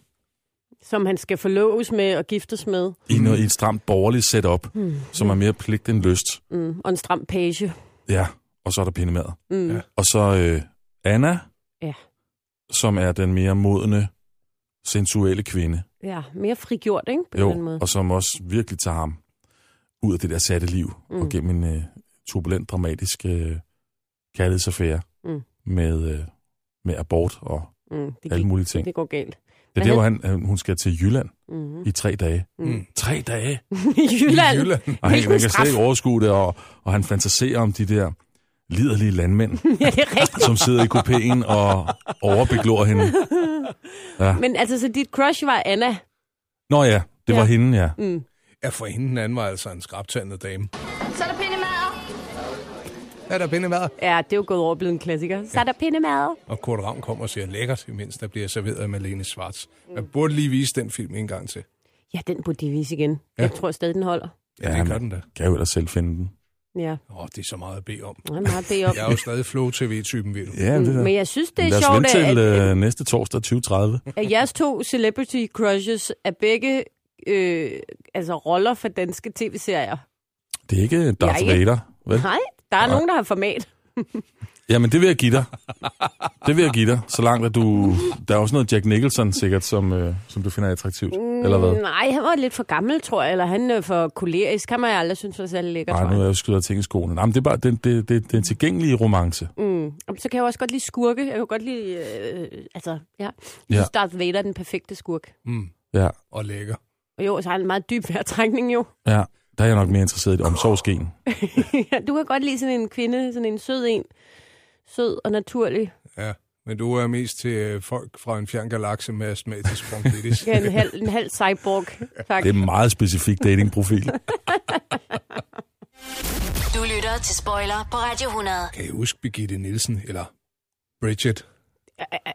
Speaker 3: Som han skal forloves med og giftes med.
Speaker 4: i, noget, i et stramt borgerligt setup, mm. som er mere pligt end lyst.
Speaker 3: Mm, og en stram page.
Speaker 4: Ja, og så er der pindemad.
Speaker 3: Mm.
Speaker 2: Ja.
Speaker 3: Ja.
Speaker 4: Og så øh, Anna,
Speaker 3: Ja.
Speaker 4: som er den mere modne, sensuelle kvinde.
Speaker 3: ja, mere frigjort, ikke? På den
Speaker 4: Jo,
Speaker 3: måde.
Speaker 4: og som også virkelig tager ham ud af det der satte liv, mm. og gennem en øh, turbulent, dramatisk øh, kærlighedsaffære
Speaker 3: Mm.
Speaker 4: med, øh, med abort og
Speaker 3: Mm, det,
Speaker 4: alle
Speaker 3: gik,
Speaker 4: mulige ting.
Speaker 3: det går galt.
Speaker 4: Det er
Speaker 3: Men
Speaker 4: der, hvor han, han, hun skal til Jylland
Speaker 3: Mm.
Speaker 4: i tre dage.
Speaker 2: Mm.
Speaker 4: Tre dage!
Speaker 3: I Jylland.
Speaker 2: I Jylland.
Speaker 4: Og han,
Speaker 3: Hvilken
Speaker 4: han kan
Speaker 3: straf.
Speaker 4: slet ikke overskue det, og, og han fantaserer om de der liderlige landmænd,
Speaker 3: ja, det er rigtigt.
Speaker 4: som sidder i kupéen og overbeglor hende.
Speaker 3: Men altså, så dit crush var Anna.
Speaker 4: Nå ja, det
Speaker 3: Ja. Mm.
Speaker 4: var hende, ja.
Speaker 2: Ja, for hende den anden var altså en skrabtandet dame.
Speaker 5: Så er der pindemad.
Speaker 2: Er der pindemad?
Speaker 3: Ja, det er jo gået over og blevet en klassiker. Så er der pindemad.
Speaker 2: Og Kurt Ravn kommer og siger, lækkert, imens der bliver serveret af Malene Schwartz. Man burde lige vise den film en gang til.
Speaker 3: Ja, den burde de vise igen.
Speaker 2: Ja.
Speaker 3: Jeg tror stadig, den holder.
Speaker 2: Ja, det
Speaker 4: han
Speaker 2: gør den da.
Speaker 4: Kan jo ellers selv finde den.
Speaker 3: Ja,
Speaker 2: Åh, oh, det er så meget at bede om.
Speaker 3: den er meget bed op.
Speaker 2: Jeg er jo stadig Flow TV-typen, ved du.
Speaker 4: Ja, det
Speaker 3: Mm, Men jeg synes, det
Speaker 4: Lad
Speaker 3: er
Speaker 4: os
Speaker 3: sjovt,
Speaker 4: vente til
Speaker 3: at,
Speaker 4: øh, næste torsdag 2030.
Speaker 3: at jeres to celebrity crushes er begge øh, altså roller for danske tv-serier.
Speaker 4: Det er ikke Darth
Speaker 3: Jeg er ikke-
Speaker 4: Vader, vel?
Speaker 3: Nej, der er nogen, der har format.
Speaker 4: Jamen, det vil jeg give dig. Det vil jeg give dig, så langt at du... Der er også noget Jack Nicholson sikkert, som, øh, som du finder attraktivt,
Speaker 3: Mm,
Speaker 4: eller hvad?
Speaker 3: Nej, han var lidt for gammel, tror jeg, eller han er for kolerisk. Han må jeg aldrig synes var særlig lækker, tror
Speaker 4: Nej, nu er
Speaker 3: jeg.
Speaker 4: jeg jo skyder ting i skoene. Nej, men det er bare den, det, det, den tilgængelige romance.
Speaker 3: Mm. Og Så kan jeg jo også godt lide skurke. Jeg kan godt lide, øh, altså, ja. Jeg
Speaker 4: Ja.
Speaker 3: synes, Darth Vader er den perfekte skurk.
Speaker 4: Ja,
Speaker 2: Og lækker.
Speaker 3: Og jo, så har han en meget dyb vejrtrækning, jo.
Speaker 4: ja. Der er jeg nok mere interesseret i et omsorgsgen.
Speaker 3: Ja, du kan godt lide sådan en kvinde, sådan en sød en. Sød og naturlig.
Speaker 2: Ja. Men du er mest til øh, folk fra en fjern galakse med astmatisk bronkitis.
Speaker 3: Ja, en halv, en halv cyborg,
Speaker 4: Det er
Speaker 3: faktisk.
Speaker 4: en meget specifik datingprofil.
Speaker 1: Du lytter til Spoiler på Radio 100.
Speaker 2: Kan I huske Birgitte Nielsen, eller Bridget?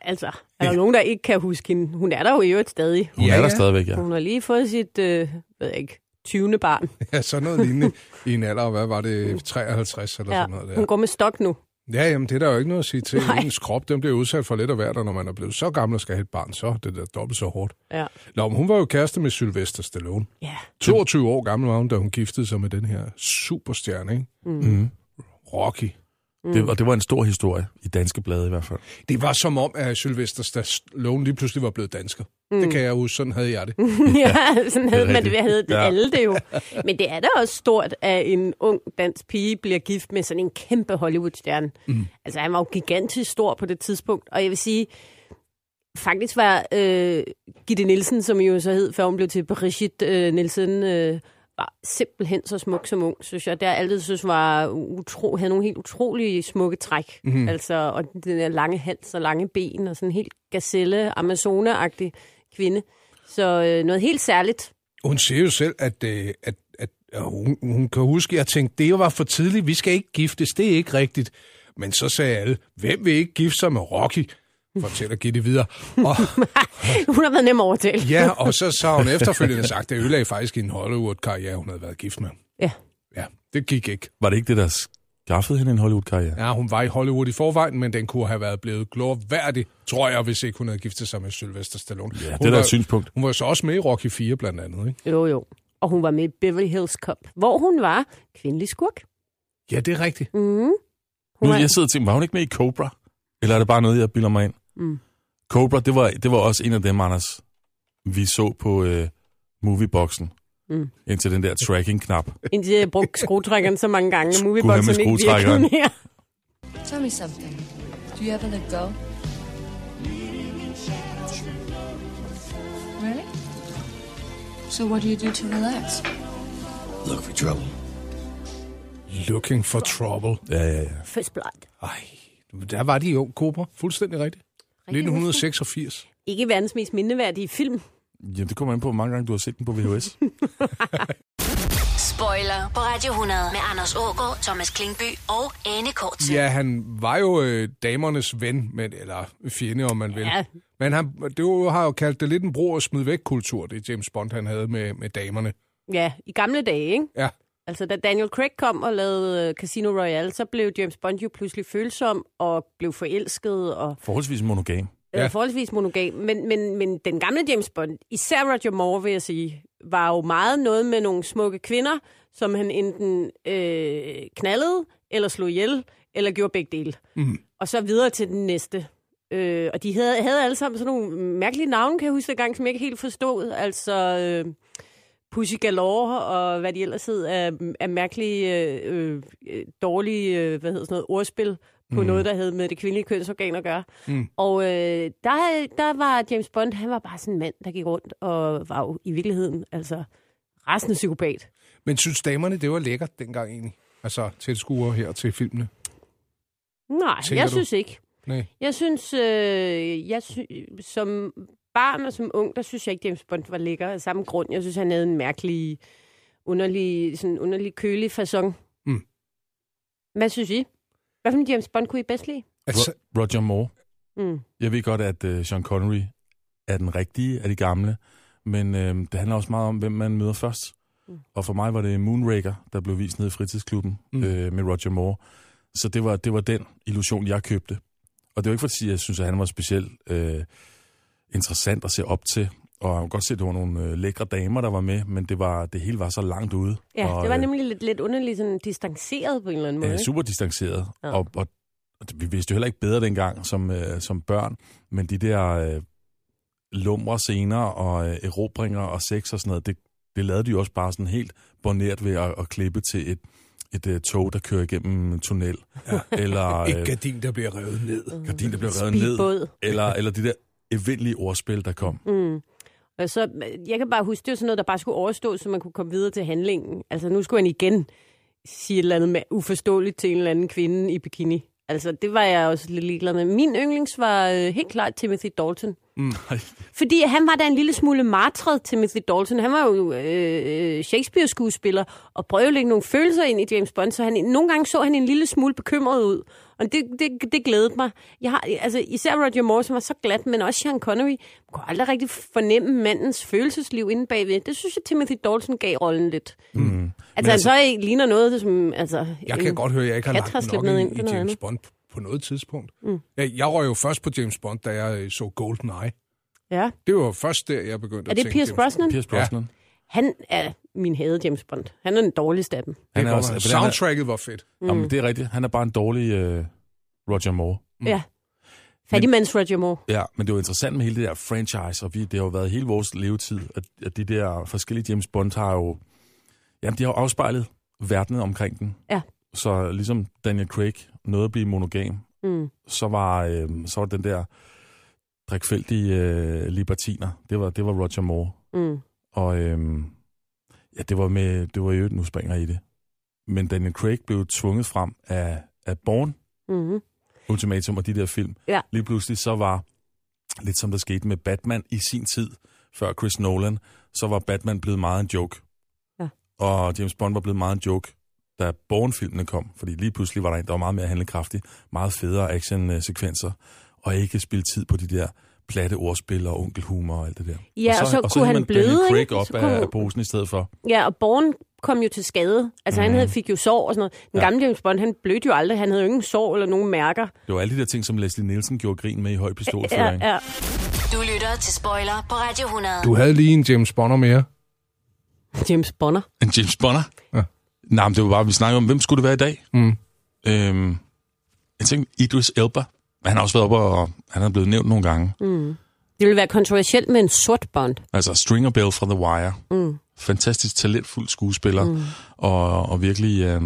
Speaker 3: Altså, er der nogen, der ikke kan huske hende? Hun er der jo i øvrigt stadig.
Speaker 4: Hun
Speaker 2: Ja,
Speaker 4: ja, er der
Speaker 2: ja.
Speaker 4: stadigvæk, ja.
Speaker 3: Hun har lige fået sit, øh, ved jeg ikke, 20. barn.
Speaker 2: Ja, sådan noget lignende i en alder, af, hvad var det, 53 eller ja.
Speaker 3: Ja,
Speaker 2: sådan noget
Speaker 3: hun
Speaker 2: der.
Speaker 3: går med stok nu.
Speaker 2: Ja, jamen det er der jo ikke noget at sige til.
Speaker 3: Nej.
Speaker 2: Ens krop, den bliver udsat for lidt af hvert, og når man er blevet så gammel og skal have et barn, så er det der dobbelt så hårdt.
Speaker 3: Ja.
Speaker 2: Nå, men hun var jo kæreste med Sylvester Stallone.
Speaker 3: ja.
Speaker 2: 22 år gammel var hun, da hun giftede sig med den her superstjerne, ikke?
Speaker 4: Mm.
Speaker 2: Rocky.
Speaker 3: Mm.
Speaker 4: Det, og det var en stor historie, i danske blade i hvert fald.
Speaker 2: Det var som om, at Sylvester Stallone lige pludselig var blevet dansker. Mm. Det kan jeg huske, sådan havde jeg det.
Speaker 3: ja, sådan havde man det,
Speaker 4: rigtigt.
Speaker 3: hvad hedder det
Speaker 4: Ja.
Speaker 3: alle det jo. Men det er da også stort, at en ung dansk pige bliver gift med sådan en kæmpe Hollywood-stjerne. Mm. Altså, han var jo gigantisk stor på det tidspunkt, og jeg vil sige, faktisk var øh, Gitte Nielsen, som jo så hed, før hun blev til Brigitte øh, Nielsen, øh, var simpelthen så smuk som ung, synes jeg. Det har jeg altid synes var utro, havde nogle helt utrolige smukke træk.
Speaker 4: Mhm.
Speaker 3: Mm. Altså, og den der lange hals og lange ben, og sådan en helt gazelle, amazone-agtig kvinde. Så øh, noget helt særligt.
Speaker 2: Hun siger jo selv, at, øh, at, at, at hun, hun kan huske, at jeg tænkte, det var for tidligt, vi skal ikke giftes, det er ikke rigtigt. Men så sagde alle, hvem vil ikke gifte sig med Rocky? Fortæller Gitte videre. Og,
Speaker 3: Hun har været nem at overtale.
Speaker 2: ja, og så, så har hun efterfølgende sagt, det ødelagde faktisk en Hollywood-karriere, hun havde været gift med.
Speaker 3: Ja.
Speaker 2: Ja, det gik ikke.
Speaker 4: Var det ikke det, der skaffede hende en Hollywood-karriere?
Speaker 2: Ja, hun var i Hollywood i forvejen, men den kunne have været blevet glorværdig, tror jeg, hvis ikke hun havde giftet sig med Sylvester Stallone. Ja,
Speaker 4: det er da et synspunkt.
Speaker 2: Hun var så også med i Rocky 4 blandt andet, ikke?
Speaker 3: Jo, jo. Og hun var med i Beverly Hills Cop, hvor hun var kvindelig skurk.
Speaker 2: Ja, det er rigtigt.
Speaker 3: Mm. Hun
Speaker 4: Nu,
Speaker 3: var-
Speaker 4: jeg sidder og tænker, var hun ikke med i Cobra? Eller er det bare noget, jeg bilder mig ind? Mm. Cobra, det var, det var også en af dem, Anders, vi så på øh, movieboxen. Mm. Indtil den der tracking-knap.
Speaker 3: Indtil jeg brugte øh, skruetrækkeren så mange gange, at movieboxen
Speaker 4: med
Speaker 3: ikke virkede
Speaker 4: skruetrækkeren.
Speaker 3: mere.
Speaker 5: Tell me something. Do you ever let go? Really? So what do you do to relax?
Speaker 6: Look for trouble.
Speaker 2: Looking for trouble.
Speaker 4: Ja, ja, ja.
Speaker 3: First blood.
Speaker 2: Ej, der var de jo, Cobra. Fuldstændig rigtigt. 1986.
Speaker 3: Ikke verdens mest mindeværdige film.
Speaker 4: Jamen, det kommer ind på, hvor mange gange du har set den på VHS.
Speaker 1: Spoiler på Radio 100 med Anders Ågaard, Thomas Klingby og Anne Kortsen.
Speaker 2: Ja, han var jo øh, damernes ven, men, eller fjende, om man vil.
Speaker 3: Ja.
Speaker 2: Men han, det jo, har jo kaldt det lidt en brug og smid væk kultur, det James Bond, han havde med, med damerne.
Speaker 3: Ja, i gamle dage, ikke?
Speaker 2: Ja,
Speaker 3: Altså, da Daniel Craig kom og lavede øh, Casino Royale, så blev James Bond jo pludselig følsom og blev forelsket og
Speaker 4: Forholdsvis monogam.
Speaker 3: ja.
Speaker 2: Ja.
Speaker 3: øh, forholdsvis monogam. Men, men, men den gamle James Bond, især Roger Moore, vil jeg sige, var jo meget noget med nogle smukke kvinder, som han enten øh, knaldede, eller slog ihjel, eller gjorde begge dele. Mm. Og så videre til den næste. Øh, og de havde, havde alle sammen sådan nogle mærkelige navne, kan jeg huske dengang, som jeg ikke helt forstod. Altså... Øh, Pussy Galore og hvad de ellers hed, er, er mærkelige, øh, øh, øh, dårlige, øh, hvad hedder sådan noget, ordspil på mm. noget, der havde med det kvindelige kønsorgan at gøre. Mm. Og øh, der, der var James Bond, han var bare sådan en mand, der gik rundt og var jo i virkeligheden altså rasende psykopat.
Speaker 2: men synes damerne, det var lækkert dengang egentlig? Altså tilskuere her til filmene.
Speaker 3: Nej,
Speaker 2: Tænker
Speaker 3: jeg
Speaker 2: du?
Speaker 3: synes ikke.
Speaker 2: Nej.
Speaker 3: Jeg synes, øh, jeg sy- som barn og som ung, der synes jeg ikke, James Bond var lækker af samme grund. Jeg synes, han havde en mærkelig, underlig, sådan underlig kølig façon.
Speaker 2: Mm.
Speaker 3: Hvad synes I? Hvad for en James Bond kunne I bedst lide?
Speaker 2: Altså,
Speaker 4: Ro- Roger Moore.
Speaker 3: Mm.
Speaker 4: Jeg ved godt, at øh, Sean Connery er den rigtige af de gamle, men øh, det handler også meget om, hvem man møder først. Mm. Og for mig var det Moonraker, der blev vist nede i fritidsklubben mm. øh, med Roger Moore. Så det var, det var den illusion, jeg købte. Og det var ikke for at sige, at jeg synes, at han var specielt øh, interessant at se op til. Og jeg kunne godt se, at det var nogle øh, lækre damer, der var med, men det, var, det hele var så langt ude.
Speaker 3: Ja,
Speaker 4: og,
Speaker 3: det var
Speaker 4: øh,
Speaker 3: nemlig lidt, lidt underligt sådan distanceret på en eller anden måde.
Speaker 4: øh,
Speaker 3: ikke?
Speaker 4: super distanceret.
Speaker 3: Ja.
Speaker 4: Ja. Og, og, og vi vidste jo heller ikke bedre dengang som, øh, som børn, men de der øh, lumre scener og øh, erobringer og sex og sådan noget, det, det lavede de jo også bare sådan helt bornert ved at, at klippe til et, et øh, tog, der kører igennem en tunnel. Ja. Eller
Speaker 2: et
Speaker 4: øh,
Speaker 2: gardin, der bliver revet ned.
Speaker 4: gardin, der blev revet ned.
Speaker 3: Speedbåd.
Speaker 4: Eller, eller de der evindelige ordspil, der kom.
Speaker 3: Mm. Og så, øh, jeg kan bare huske, det var sådan noget, der bare skulle overstås, så man kunne komme videre til handlingen. Altså, nu skulle han igen sige et eller andet med, uforståeligt til en eller anden kvinde i bikini. Altså, det var jeg også lidt ligeglad med. Min yndlings var øh, helt klart Timothy Dalton.
Speaker 2: Mm.
Speaker 4: Nej.
Speaker 3: Fordi han var da en lille smule martret, Timothy Dalton. Han var jo øh, øh, Shakespeare-skuespiller og prøvede at lægge nogle følelser ind i James Bond, så han, nogle gange så han en lille smule bekymret ud. Og det, det, det glædede mig. Jeg har, altså, især Roger Moore, som var så glad, men også Sean Connery. Man kunne aldrig rigtig fornemme mandens følelsesliv inde bagved. Det synes jeg, Timothy Dalton gav rollen lidt. Mm. Altså, han
Speaker 4: altså-
Speaker 3: så ikke ligner noget, som... Altså,
Speaker 2: Jeg kan
Speaker 3: en-
Speaker 2: godt høre, at jeg ikke har
Speaker 3: Kat har
Speaker 2: lagt
Speaker 3: slippet
Speaker 2: nok
Speaker 3: noget
Speaker 2: ind
Speaker 3: ind
Speaker 2: i
Speaker 3: for noget
Speaker 2: James
Speaker 3: andet.
Speaker 2: Bond på noget tidspunkt. Mm. Jeg, jeg røg jo først på James Bond, da jeg øh, så Golden Eye.
Speaker 3: Ja.
Speaker 2: Det var først der, jeg begyndte
Speaker 3: Er
Speaker 2: at
Speaker 3: det
Speaker 2: tænke...
Speaker 3: Pierce
Speaker 2: James-
Speaker 3: Brosnan?
Speaker 4: Pierce Brosnan. Ja.
Speaker 3: Han er min hade James Bond. Han er den dårligste af dem.
Speaker 2: Det
Speaker 4: Han
Speaker 2: var,
Speaker 4: er også, han er,
Speaker 2: soundtracket var fedt.
Speaker 4: jamen, det er rigtigt. Han er bare en dårlig øh, Roger Moore.
Speaker 3: Mm. Ja. Fattigmands Roger Moore.
Speaker 4: Ja, men det er jo interessant med hele det der franchise, og vi, det har jo været hele vores levetid, at, at de der forskellige James Bond har jo, jamen, de har jo afspejlet verdenen omkring den.
Speaker 3: Ja.
Speaker 4: Så ligesom Daniel Craig nåede at blive monogam,
Speaker 3: Mm.
Speaker 4: så var, øh, så var den der drikfældige øh, libertiner, det var, det var Roger Moore.
Speaker 3: Mm.
Speaker 4: Og øh, ja, det var med, det var jo, nu springer jeg i det. Men Daniel Craig blev tvunget frem af, af Born,
Speaker 3: Mm.
Speaker 4: Ultimatum og de der film.
Speaker 3: Ja.
Speaker 4: Lige pludselig så var, lidt som der skete med Batman i sin tid, før Chris Nolan, så var Batman blevet meget en joke.
Speaker 3: Ja.
Speaker 4: Og James Bond var blevet meget en joke, da Bourne-filmene kom. Fordi lige pludselig var der en, der var meget mere handlekraftig, meget federe actionsekvenser, og ikke spille tid på de der platte ordspil og onkelhumor og alt det der.
Speaker 3: Ja, og så
Speaker 4: og hældte
Speaker 3: kunne han
Speaker 4: man Daniel
Speaker 3: bløde,
Speaker 4: Craig
Speaker 3: ikke?
Speaker 4: op
Speaker 3: Så
Speaker 4: af,
Speaker 3: kunne-
Speaker 4: af posen i stedet for.
Speaker 3: Ja, og Born kom jo til skade. Altså, mm. han havde, fik jo sår og sådan noget. Den ja.
Speaker 4: Mhm. Ja.
Speaker 3: gamle James Bond, han blødte jo aldrig. Han havde jo ingen sår eller nogen mærker.
Speaker 4: Det var alle de der ting, som Leslie Nielsen gjorde grin med i høj pistolføring.
Speaker 3: ja.
Speaker 1: Du lytter til Spoiler på Radio 100.
Speaker 2: Du havde lige en James Bonder mere.
Speaker 3: James Bonner.
Speaker 4: En James Bonner?
Speaker 2: Ja.
Speaker 4: Nej, men det var bare, vi snakkede om, hvem skulle det være i dag? Mm. Øhm, jeg tænkte, Idris Elba. Han har også været oppe og han er blevet nævnt nogle gange. Mm.
Speaker 3: Det ville være kontroversielt med en sort bond.
Speaker 4: Altså Stringer Bell fra The Wire. Mm. Fantastisk talentfuld skuespiller. Mm. Og, og virkelig øh,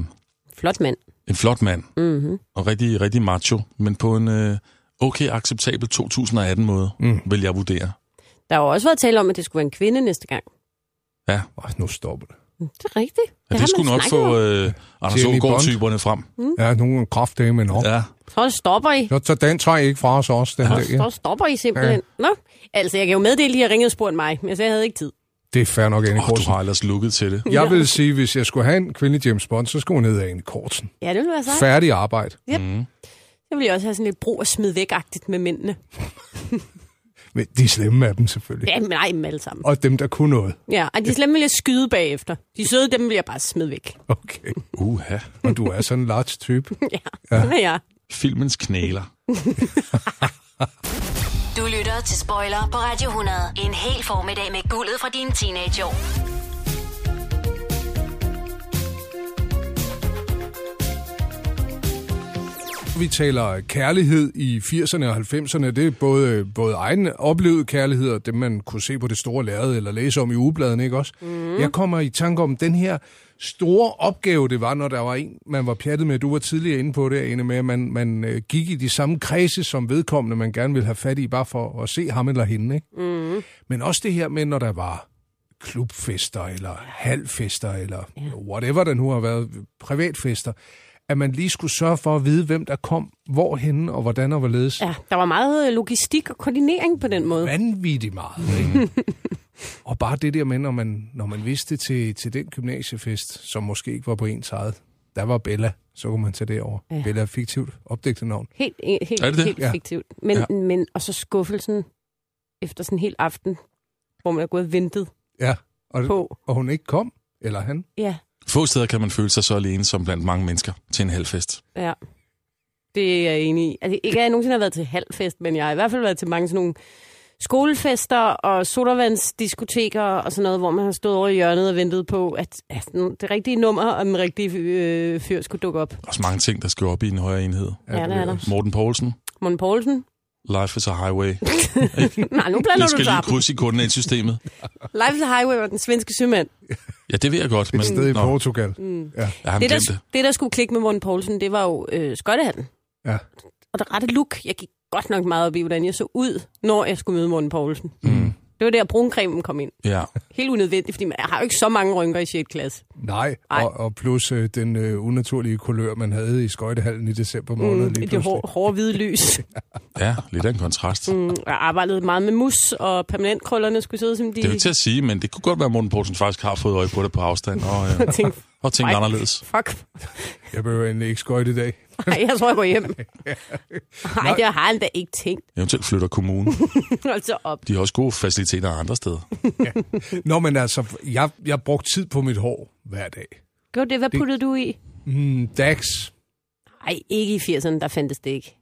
Speaker 3: Flot mand.
Speaker 4: en flot mand. Mm-hmm. Og rigtig, rigtig macho. Men på en øh, okay acceptabel 2018-måde, mm. vil jeg vurdere.
Speaker 3: Der har jo også været tale om, at det skulle være en kvinde næste gang.
Speaker 4: Ja,
Speaker 2: Åh, nu stopper det.
Speaker 3: Det er rigtigt.
Speaker 4: ja det,
Speaker 3: har
Speaker 4: skulle
Speaker 3: man
Speaker 4: nok
Speaker 3: snakket
Speaker 4: få
Speaker 3: om.
Speaker 4: øh, Anders
Speaker 2: Jenny
Speaker 4: Aagaard-typerne frem.
Speaker 3: Mm.
Speaker 2: Ja, nu er en kraftdame nok. Ja.
Speaker 4: Ja.
Speaker 3: Så stopper I.
Speaker 2: Så, så den tager I ikke fra os også, den ja. der. Ja.
Speaker 3: Så stopper I simpelthen. Nå, altså jeg kan jo meddele, at I har ringet og spurgt mig, men jeg havde ikke tid.
Speaker 2: Det er fair nok, Anne
Speaker 4: Åh, du
Speaker 2: Kortsen.
Speaker 4: har ellers lukket til det.
Speaker 2: Jeg vil sige, hvis jeg skulle have en kvindelig James Bond, så skulle hun hedde Anne Kortsen.
Speaker 3: Ja, det ville være sejt.
Speaker 2: Færdig arbejde.
Speaker 3: Så ville jeg også have sådan lidt brug og smid væk-agtigt med mændene.
Speaker 2: Men de slemme af dem selvfølgelig.
Speaker 3: Ja, men nej, dem alle sammen.
Speaker 2: Og dem, der kunne noget.
Speaker 3: Ja, og de slemme vil jeg skyde bagefter. De søde, dem vil jeg bare smide væk.
Speaker 2: Okay.
Speaker 4: Uha.
Speaker 2: Og du er sådan en large type.
Speaker 3: Ja, ja.
Speaker 4: Filmens knæler.
Speaker 1: Du lytter til Spoiler på Radio 100. En hel formiddag med guldet fra dine teenageår.
Speaker 2: Vi taler kærlighed i 80'erne og 90'erne. Det er både, både egen oplevet kærlighed og dem, man kunne se på det store lærred eller læse om i ugebladene, ikke også? Mm. Jeg kommer i tanke om den her store opgave, det var, når der var en, man var pjattet med. Du var tidligere inde på det, ene med, at man, man øh, gik i de samme kredse som vedkommende, man gerne ville have fat i, bare for at se ham eller hende, ikke? Mm. Men også det her med, når der var klubfester eller halvfester eller whatever der nu har været, privatfester, at man lige skulle sørge for at vide, hvem der kom, hvorhen og hvordan og hvorledes. Ja.
Speaker 3: ja der var meget øh, logistik og koordinering på den måde.
Speaker 2: Vanvittigt meget. Ikke? og bare det der med, når man, når man vidste til, til den gymnasiefest, som måske ikke var på ens eget, der var Bella, så kunne man tage det over. Ja. Bella er fiktivt opdigtet navn.
Speaker 3: Helt, helt,
Speaker 4: Er det
Speaker 3: helt,
Speaker 4: det?
Speaker 3: helt
Speaker 2: Ja.
Speaker 3: fiktivt. Men,
Speaker 4: Ja.
Speaker 3: ja. men, og så skuffelsen efter sådan en hel aften, hvor man er gået og ventet
Speaker 2: Ja, og,
Speaker 3: på.
Speaker 2: og hun ikke kom, eller han.
Speaker 3: Ja,
Speaker 4: Få steder kan man føle sig så alene som blandt mange mennesker til en halvfest.
Speaker 3: ja. Det er jeg enig i. Altså, ikke at jeg nogensinde har været til halvfest, men jeg har i hvert fald været til mange sådan nogle skolefester og sodavandsdiskoteker og sådan noget, hvor man har stået over i hjørnet og ventet på, at, at den- det rigtige nummer og den rigtige øh, fyr skulle dukke op.
Speaker 4: Også mange ting, der skal op i en højere enhed.
Speaker 3: Ja, det er der.
Speaker 4: Morten Poulsen,
Speaker 3: Morten Poulsen?
Speaker 4: Life is a Highway.
Speaker 3: Nej, nu
Speaker 4: Vi
Speaker 3: blander du
Speaker 4: skal lige
Speaker 3: sammen.
Speaker 4: krydse i koordinatsystemet.
Speaker 3: Life is a Highway var den svenske sømand.
Speaker 4: Ja, det ved jeg godt,
Speaker 2: Et sted i
Speaker 4: men nå,
Speaker 2: Portugal. Mm. Ja.
Speaker 4: jeg har
Speaker 3: Det
Speaker 4: glemt
Speaker 3: der,
Speaker 4: det.
Speaker 3: det, der skulle klikke med Morten Poulsen, det var jo øh, skøjtehatten.
Speaker 2: Ja.
Speaker 3: Og der rette look. Jeg gik godt nok meget op i, hvordan jeg så ud, når jeg skulle møde Morten Poulsen. Mm. Det var der, bruncremen kom ind.
Speaker 4: Ja.
Speaker 3: Helt unødvendigt, fordi man har jo ikke så mange rynker i 6. klasse.
Speaker 2: Nej,
Speaker 3: Ej.
Speaker 2: og, og plus øh, den øh, unaturlige kulør, man havde i skøjtehallen i december måned. Mm,
Speaker 3: I
Speaker 2: lige
Speaker 3: det hår,
Speaker 2: pludselig.
Speaker 3: hårde hvide lys.
Speaker 4: ja, lidt af en kontrast. Mm.
Speaker 3: Mm, Jeg arbejdede meget med mus, og permanentkrøllerne skulle sidde som de...
Speaker 4: Det er jo ikke til at sige, men det kunne godt være, at Morten Poulsen faktisk har fået øje på det på afstand og, øh,
Speaker 3: Jeg tænkte,
Speaker 4: og tænkt
Speaker 3: Ej.
Speaker 4: anderledes.
Speaker 3: fuck,
Speaker 2: Jeg behøver egentlig ikke skøjte i dag.
Speaker 3: nej, jeg tror, jeg går hjem. Nej, det har han da ikke tænkt.
Speaker 4: Eventuelt flytter kommunen.
Speaker 3: Altså op.
Speaker 4: De har også gode faciliteter andre steder.
Speaker 2: Nå, men altså, jeg, jeg brugte tid på mit hår hver dag.
Speaker 3: Gjorde det, hvad puttede du i?
Speaker 2: Mm, Dax.
Speaker 3: Nej, ikke i 80'erne, der fandtes det ikke.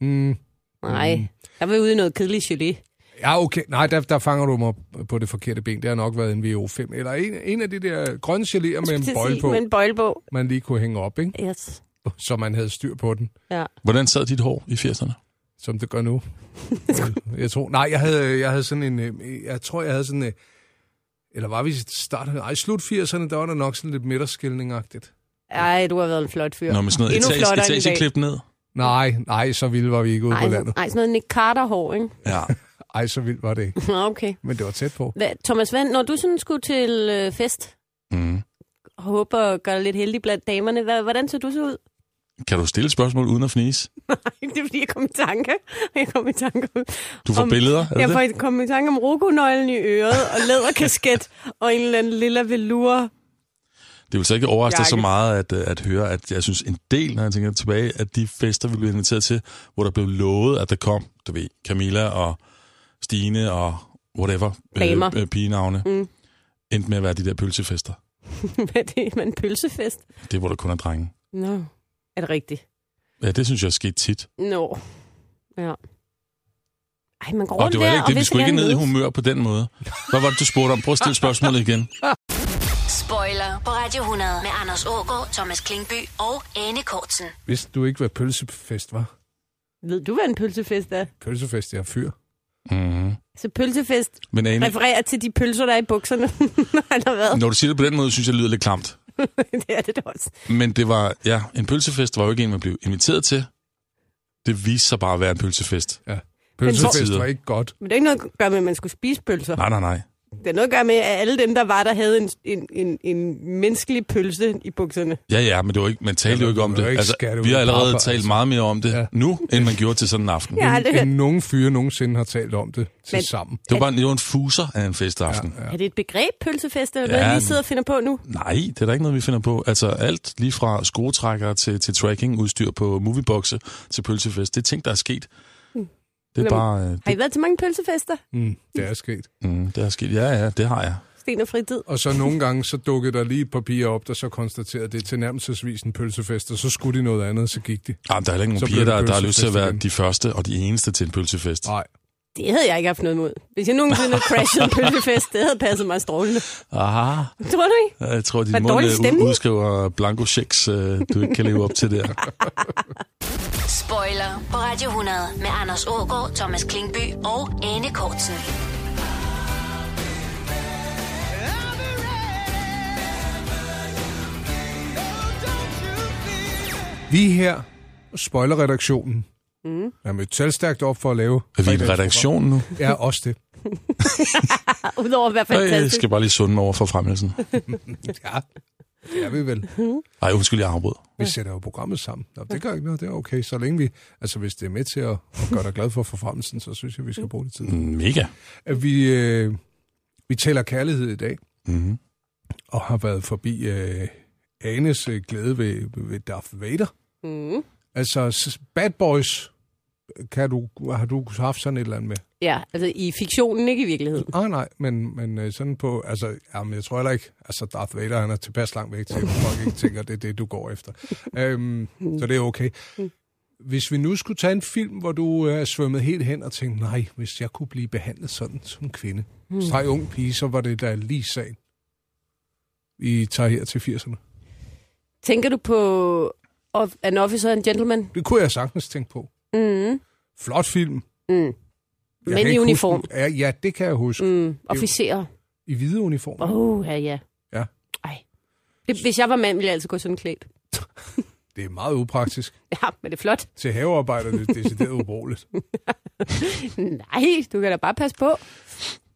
Speaker 2: Mm,
Speaker 3: Nej, der var vi ude i noget kedeligt gelé.
Speaker 2: ja, okay. Nej, der, der fanger du mig på det forkerte ben. Det har nok været en VO5. Eller en, en af de der grønne geléer med en bøjle på,
Speaker 3: Med en bøjle på.
Speaker 2: man lige kunne hænge op, ikke?
Speaker 3: Yes.
Speaker 2: Så man havde styr på den,
Speaker 3: Ja.
Speaker 4: Hvordan sad dit hår i 80'erne?
Speaker 2: som det gør nu. jeg tror, nej, jeg havde, jeg havde sådan en, øh, jeg tror, jeg havde sådan en, eller var vi i start? Ej, slut 80'erne, der var der nok sådan lidt midterskilningagtigt.
Speaker 3: Ej, du har været en flot fyr.
Speaker 4: Nå, med sådan noget
Speaker 3: Endnu
Speaker 4: etage,
Speaker 3: flottere end i dag.
Speaker 4: etageklip ned.
Speaker 2: Nej, nej, så vildt var vi ikke ude
Speaker 3: Ej,
Speaker 2: på landet.
Speaker 3: ej, sådan noget Nick Carter-hår, ikke?
Speaker 4: Ja.
Speaker 2: Ej, så vildt var det ikke.
Speaker 3: Nå, okay.
Speaker 2: Men det var tæt på.
Speaker 3: Hvad, Thomas Vand, når du sådan skulle til øh, fest,
Speaker 4: Mm.
Speaker 3: og håber at gøre dig lidt heldig blandt damerne, hvad, hvordan så du så ud?
Speaker 4: Kan du stille et spørgsmål uden at fnise?
Speaker 3: det er fordi, jeg kom i tanke. Jeg kom i tanke om,
Speaker 4: Du får
Speaker 3: om,
Speaker 4: billeder, er det
Speaker 3: Jeg
Speaker 4: det?
Speaker 3: får kom i tanke om rokonøglen i øret, og læderkasket, og en eller anden lilla velour.
Speaker 4: Det vil så ikke overraske dig så
Speaker 3: Jakke.
Speaker 4: meget at, øh, at høre, at jeg synes en del, når jeg tænker tilbage, at de fester, vi blev inviteret til, hvor der blev lovet, at der kom, du ved, Camilla og Stine og whatever,
Speaker 3: Damer.
Speaker 4: øh, pigenavne, mm. endte med at være de der pølsefester.
Speaker 3: Hvad er det? Man pølsefest?
Speaker 4: Det er, hvor der kun er drenge.
Speaker 3: Nå, er det rigtigt?
Speaker 4: Ja, det synes jeg er sket tit.
Speaker 3: Nå. Ja. Ej, man går
Speaker 4: Og
Speaker 3: rundt
Speaker 4: det var heller
Speaker 3: der,
Speaker 4: ikke det, vi
Speaker 3: vil så
Speaker 4: skulle ikke
Speaker 3: gerne
Speaker 4: ned i
Speaker 3: mødes.
Speaker 4: humør på den måde. Hvad var det, du spurgte om? Prøv at stille spørgsmålet igen.
Speaker 1: Spoiler på Radio 100 med Anders Ågaard, Thomas Klingby og Anne Kortsen.
Speaker 2: Vidste du ikke, hvad pølsefest var?
Speaker 3: Ved du, hvad en pølsefest er?
Speaker 2: Pølsefest, jeg er fyr.
Speaker 4: Mm-hmm.
Speaker 3: Så pølsefest
Speaker 4: Men Ane,
Speaker 3: refererer til de pølser, der er i bukserne, eller hvad?
Speaker 4: når du siger det på den måde, synes jeg, det lyder lidt klamt.
Speaker 3: det er det da også.
Speaker 4: Men det var, ja, en pølsefest var jo ikke en, man blev inviteret til. Det viste sig bare at være en pølsefest.
Speaker 2: Pølsefest
Speaker 4: Tider.
Speaker 2: var ikke godt.
Speaker 3: Men det er ikke noget at gøre med, at man skulle spise pølser.
Speaker 4: Nej, nej, nej.
Speaker 3: Det er noget at gøre med, at alle dem, der var der, havde en, en, en, en menneskelig pølse i bukserne.
Speaker 4: Ja, ja, men det var ikke, man talte jo ikke om
Speaker 2: du
Speaker 4: det.
Speaker 2: må ikke
Speaker 4: Altså,
Speaker 2: skære det
Speaker 4: vi
Speaker 2: ud
Speaker 4: har
Speaker 2: i
Speaker 4: allerede
Speaker 2: papper,
Speaker 4: talt
Speaker 2: altså.
Speaker 4: meget mere om det
Speaker 2: Ja.
Speaker 4: nu, end man gjorde til sådan en aften.
Speaker 3: Jeg har aldrig hørt.
Speaker 2: End nogen fyre nogensinde har talt om det til
Speaker 3: Men-
Speaker 2: sammen.
Speaker 4: Det var bare en, det var en fuser af en festaften. Ja, ja.
Speaker 3: Er det et begreb, pølsefest, eller
Speaker 4: Ja,
Speaker 3: noget, jeg lige
Speaker 4: men-
Speaker 3: sidder og finder på nu?
Speaker 4: Nej, det er der ikke noget, vi finder på. Altså alt lige fra skruetrækkere til, til tracking-udstyr på movieboxe til pølsefest. Det er ting, der er sket.
Speaker 3: Hmm.
Speaker 4: Det er
Speaker 3: Jamen,
Speaker 4: bare... øh,
Speaker 3: Har I været til mange pølsefester?
Speaker 2: Mm, det er sket.
Speaker 4: Det, mm, det er sket. Ja, ja, det har jeg.
Speaker 3: Sten og fritid.
Speaker 2: Og så nogle gange, så dukkede der lige et par piger op, der så konstaterede, at det er tilnærmelsesvis en pølsefest, og så skulle de noget andet, så gik de.
Speaker 4: Jamen, Ah, der er heller ikke
Speaker 2: Så
Speaker 4: nogen
Speaker 2: blev
Speaker 4: piger,
Speaker 2: det
Speaker 4: der, der har lyst
Speaker 2: pølsefest
Speaker 4: til at være
Speaker 2: igen. Ah.
Speaker 4: de første og de eneste til en pølsefest.
Speaker 2: Nej,
Speaker 3: Det havde jeg ikke haft noget imod. Hvis jeg nogensinde havde crashet en pølsefest, det havde passet mig strålende.
Speaker 4: Aha,
Speaker 3: Tror du ikke?
Speaker 4: jeg tror,
Speaker 3: Hvad
Speaker 4: din
Speaker 3: dårlig
Speaker 4: mund øh,
Speaker 3: stemning.
Speaker 4: ud- udskriver blanco checks, øh, du ikke kan leve op til der.
Speaker 1: Spoiler på Radio 100 med Anders Ågaard, Thomas Klingby og Anne Kortsen.
Speaker 2: Vi her, spoilerredaktionen, mm. er mødt talstærkt op for at lave...
Speaker 4: Er vi en redaktion nu?
Speaker 2: Ja, også det.
Speaker 3: Udover at være
Speaker 4: Øh, Jeg
Speaker 3: fantastisk.
Speaker 4: skal bare lige sunde mig over for fremmelsen.
Speaker 2: Ja, det er vi vel.
Speaker 4: Ej, undskyld, jeg afbrød.
Speaker 2: Vi sætter jo programmet sammen. Nå, det gør ikke noget, det er okay. Så længe vi... Altså, hvis det er med til at, at gøre dig glad for forfremmelsen, så synes jeg, vi skal bruge det tid.
Speaker 4: Mega.
Speaker 2: At vi, øh, vi taler kærlighed i dag,
Speaker 4: Mm-hmm.
Speaker 2: og har været forbi øh, Anes øh, glæde ved, ved Darth Vader.
Speaker 3: Mm.
Speaker 2: Altså, s- Bad Boys, kan du, har du haft sådan et eller andet med?
Speaker 3: Ja, altså i fiktionen, ikke i virkeligheden.
Speaker 2: Nej, Ah, nej, men, men øh, sådan på, altså, jamen, jeg tror heller ikke, altså Darth Vader, han er tilpas langt væk til, at folk ikke tænker, det er det, du går efter. Øhm, så det er okay. Hvis vi nu skulle tage en film, hvor du øh, er svømmet helt hen og tænkte, nej, hvis jeg kunne blive behandlet sådan som kvinde,
Speaker 3: Mm.
Speaker 2: streg ung pige, så var det da lige sagen. I tager her til 80'erne.
Speaker 3: Tænker du på of- An Officer and Gentleman?
Speaker 2: Det kunne jeg sagtens tænke på.
Speaker 3: Mm.
Speaker 2: Flot film.
Speaker 3: Mm.
Speaker 2: Jeg
Speaker 3: Mænd
Speaker 2: kan
Speaker 3: i
Speaker 2: ikke huske
Speaker 3: uniform.
Speaker 2: den. Ja, ja, det kan jeg huske. Mm.
Speaker 3: Mm. Officerer.
Speaker 2: I hvide uniformer.
Speaker 3: Åh, oh, ja, ja.
Speaker 2: Ja.
Speaker 3: Ej. Det, hvis jeg var mand, ville jeg altså gå sådan klædt.
Speaker 2: Det er meget upraktisk.
Speaker 3: Ja, men det er flot.
Speaker 2: Til havearbejder er det decideret ubrugeligt.
Speaker 3: Nej, du kan da bare passe på.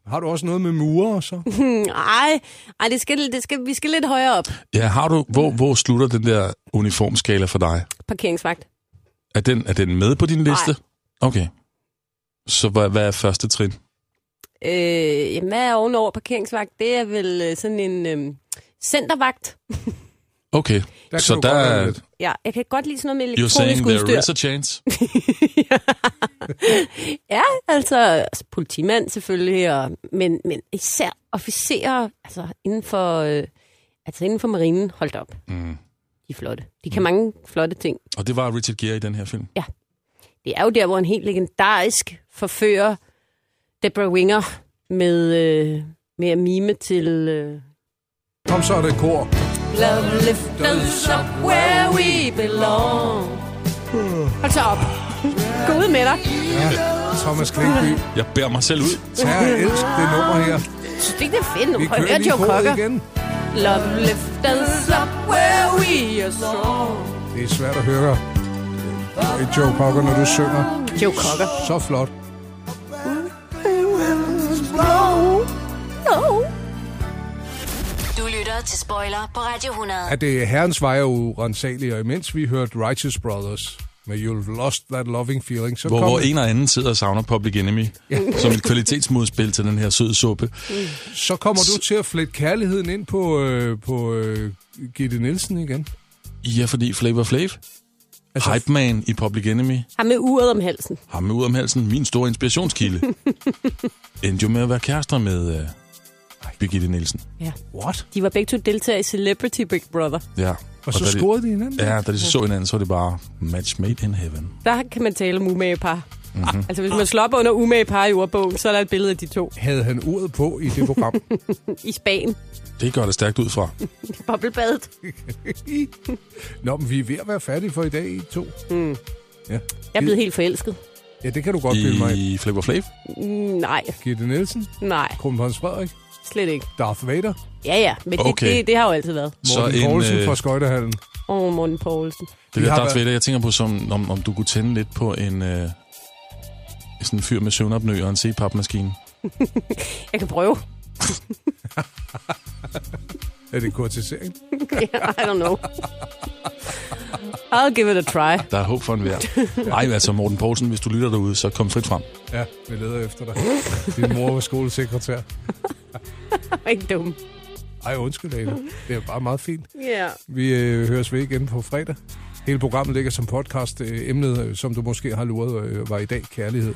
Speaker 2: Har du også noget med murer og så?
Speaker 3: Nej, ej, det skal, det skal, vi skal lidt højere op.
Speaker 4: Ja, har du, hvor, hvor slutter den der uniformskala for dig?
Speaker 3: Parkeringsvagt.
Speaker 4: Er den, er den med på din liste? Okay. Så hvad, hvad er første trin?
Speaker 3: Øh, jamen, hvad er ovenover parkeringsvagt? Det er vel øh, sådan en øh, centervagt.
Speaker 4: Okay,
Speaker 2: Der
Speaker 4: så der
Speaker 2: er...
Speaker 4: er...
Speaker 2: Lidt.
Speaker 3: Ja, jeg kan godt lide sådan noget med
Speaker 4: You're saying
Speaker 3: elektronisk
Speaker 4: there
Speaker 3: udstyr.
Speaker 4: is a chance?
Speaker 3: Ja, altså politimand selvfølgelig, og, men, men især officerer altså inden for, øh, altså inden for marinen, hold da op,
Speaker 4: Mm.
Speaker 3: de er flotte. De kan mange flotte ting.
Speaker 4: Og det var Richard Gere i den her film.
Speaker 3: Det er jo der, hvor en helt legendarisk forfører Deborah Winger med, øh, med at mime til... Øh,
Speaker 2: Kom så er det kor.
Speaker 3: Love lift us up where we belong. Hold så op. Gå ud med dig.
Speaker 2: Ja. Thomas Klingby.
Speaker 4: Jeg bærer mig selv ud.
Speaker 2: Tag og elsk det nummer her.
Speaker 3: Jeg synes ikke, det er fedt. Nu
Speaker 2: Vi
Speaker 3: prøv at
Speaker 2: kører
Speaker 3: høre
Speaker 2: lige
Speaker 3: Joe
Speaker 2: koret
Speaker 3: Cocker.
Speaker 2: igen.
Speaker 3: Love lift us up where we are strong.
Speaker 2: Det er svært at høre øh, Joe Cocker, når du synger.
Speaker 3: Joe Cocker.
Speaker 2: Så flot.
Speaker 1: Du lytter til Spoiler på Radio 100.
Speaker 2: At det er herrens vej er urensagelig, og imens vi hørte Righteous Brothers med You've Lost That Loving Feeling, så
Speaker 4: Hvor,
Speaker 2: kom,
Speaker 4: hvor en og anden sidder og savner Public Enemy. Som et kvalitetsmodspil til den her søde suppe.
Speaker 2: så kommer du til at flette kærligheden ind på, øh, på øh, Gitte Nielsen igen.
Speaker 4: Ja, fordi Flavor Flav,
Speaker 2: Altså,
Speaker 4: Hype Man i Public Enemy,
Speaker 3: Ham med uret om halsen.
Speaker 4: ham med ud om halsen, min store inspirationskilde, endte jo med at være kærester med uh, Birgitte Nielsen.
Speaker 2: what?
Speaker 3: De var begge to deltagere i Celebrity Big Brother.
Speaker 4: Ja.
Speaker 2: Og så
Speaker 4: da
Speaker 2: scorede de hinanden.
Speaker 4: De, ja, da de så hinanden, så var det bare match made in heaven.
Speaker 3: Der kan man tale om umage par.
Speaker 2: Mhm.
Speaker 3: Mm-hmm. Altså, hvis man slår op under umage par i ordbogen, så er der et billede af de to
Speaker 2: Havde han uret på i det program?
Speaker 3: i Spanien.
Speaker 4: Det gør det stærkt ud fra.
Speaker 3: Boblebadet.
Speaker 2: Nå, men vi er ved at være færdige for i dag, I to. Mm. Ja.
Speaker 3: Jeg er blevet helt forelsket.
Speaker 2: ja, det kan du godt bilde mig. ind.
Speaker 4: I Flavor Flav?
Speaker 3: Mm, Nej,
Speaker 2: Gitte Nielsen,
Speaker 3: nej,
Speaker 2: Kronprins Frederik,
Speaker 3: slet ikke.
Speaker 2: Darth Vader,
Speaker 3: Ja, ja, men det,
Speaker 4: Okay.
Speaker 3: okay. det, det har jo altid været.
Speaker 4: Så
Speaker 2: Morten
Speaker 4: en,
Speaker 2: Poulsen
Speaker 4: øh,
Speaker 2: fra Skøjtehallen.
Speaker 3: Åh, oh, Morten Poulsen.
Speaker 4: Det
Speaker 2: Vi
Speaker 4: der
Speaker 2: har
Speaker 4: Darth
Speaker 2: været-
Speaker 4: Vader, jeg tænker på, som, om, om du kunne tænde lidt på en... Øh, sådan en fyr med søvnopnø og en C-pap-maskine.
Speaker 3: Jeg kan prøve.
Speaker 2: Er det kortisering?
Speaker 3: Yeah, I don't know. I'll give it a try.
Speaker 4: Der er håb for en vær. Ej, altså Morten Poulsen, hvis du lytter derude, så kom frit frem.
Speaker 2: Ja, vi leder efter dig. Din mor var skolesekretær.
Speaker 3: Ikke dum.
Speaker 2: Ej, undskyld, Ane. Det er bare meget fint.
Speaker 3: Yeah.
Speaker 2: Vi øh, høres ved igen på fredag. Hele programmet ligger som podcast. Øh, emnet, øh, som du måske har luret, øh, var i dag kærlighed.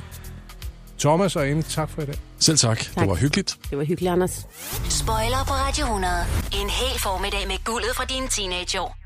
Speaker 2: Thomas og Ane, tak for i dag.
Speaker 4: Selv tak. tak. Det var hyggeligt.
Speaker 3: Det var hyggeligt, Anders.
Speaker 1: Spoiler på Radio 100. En hel formiddag med guldet fra dine teenageår.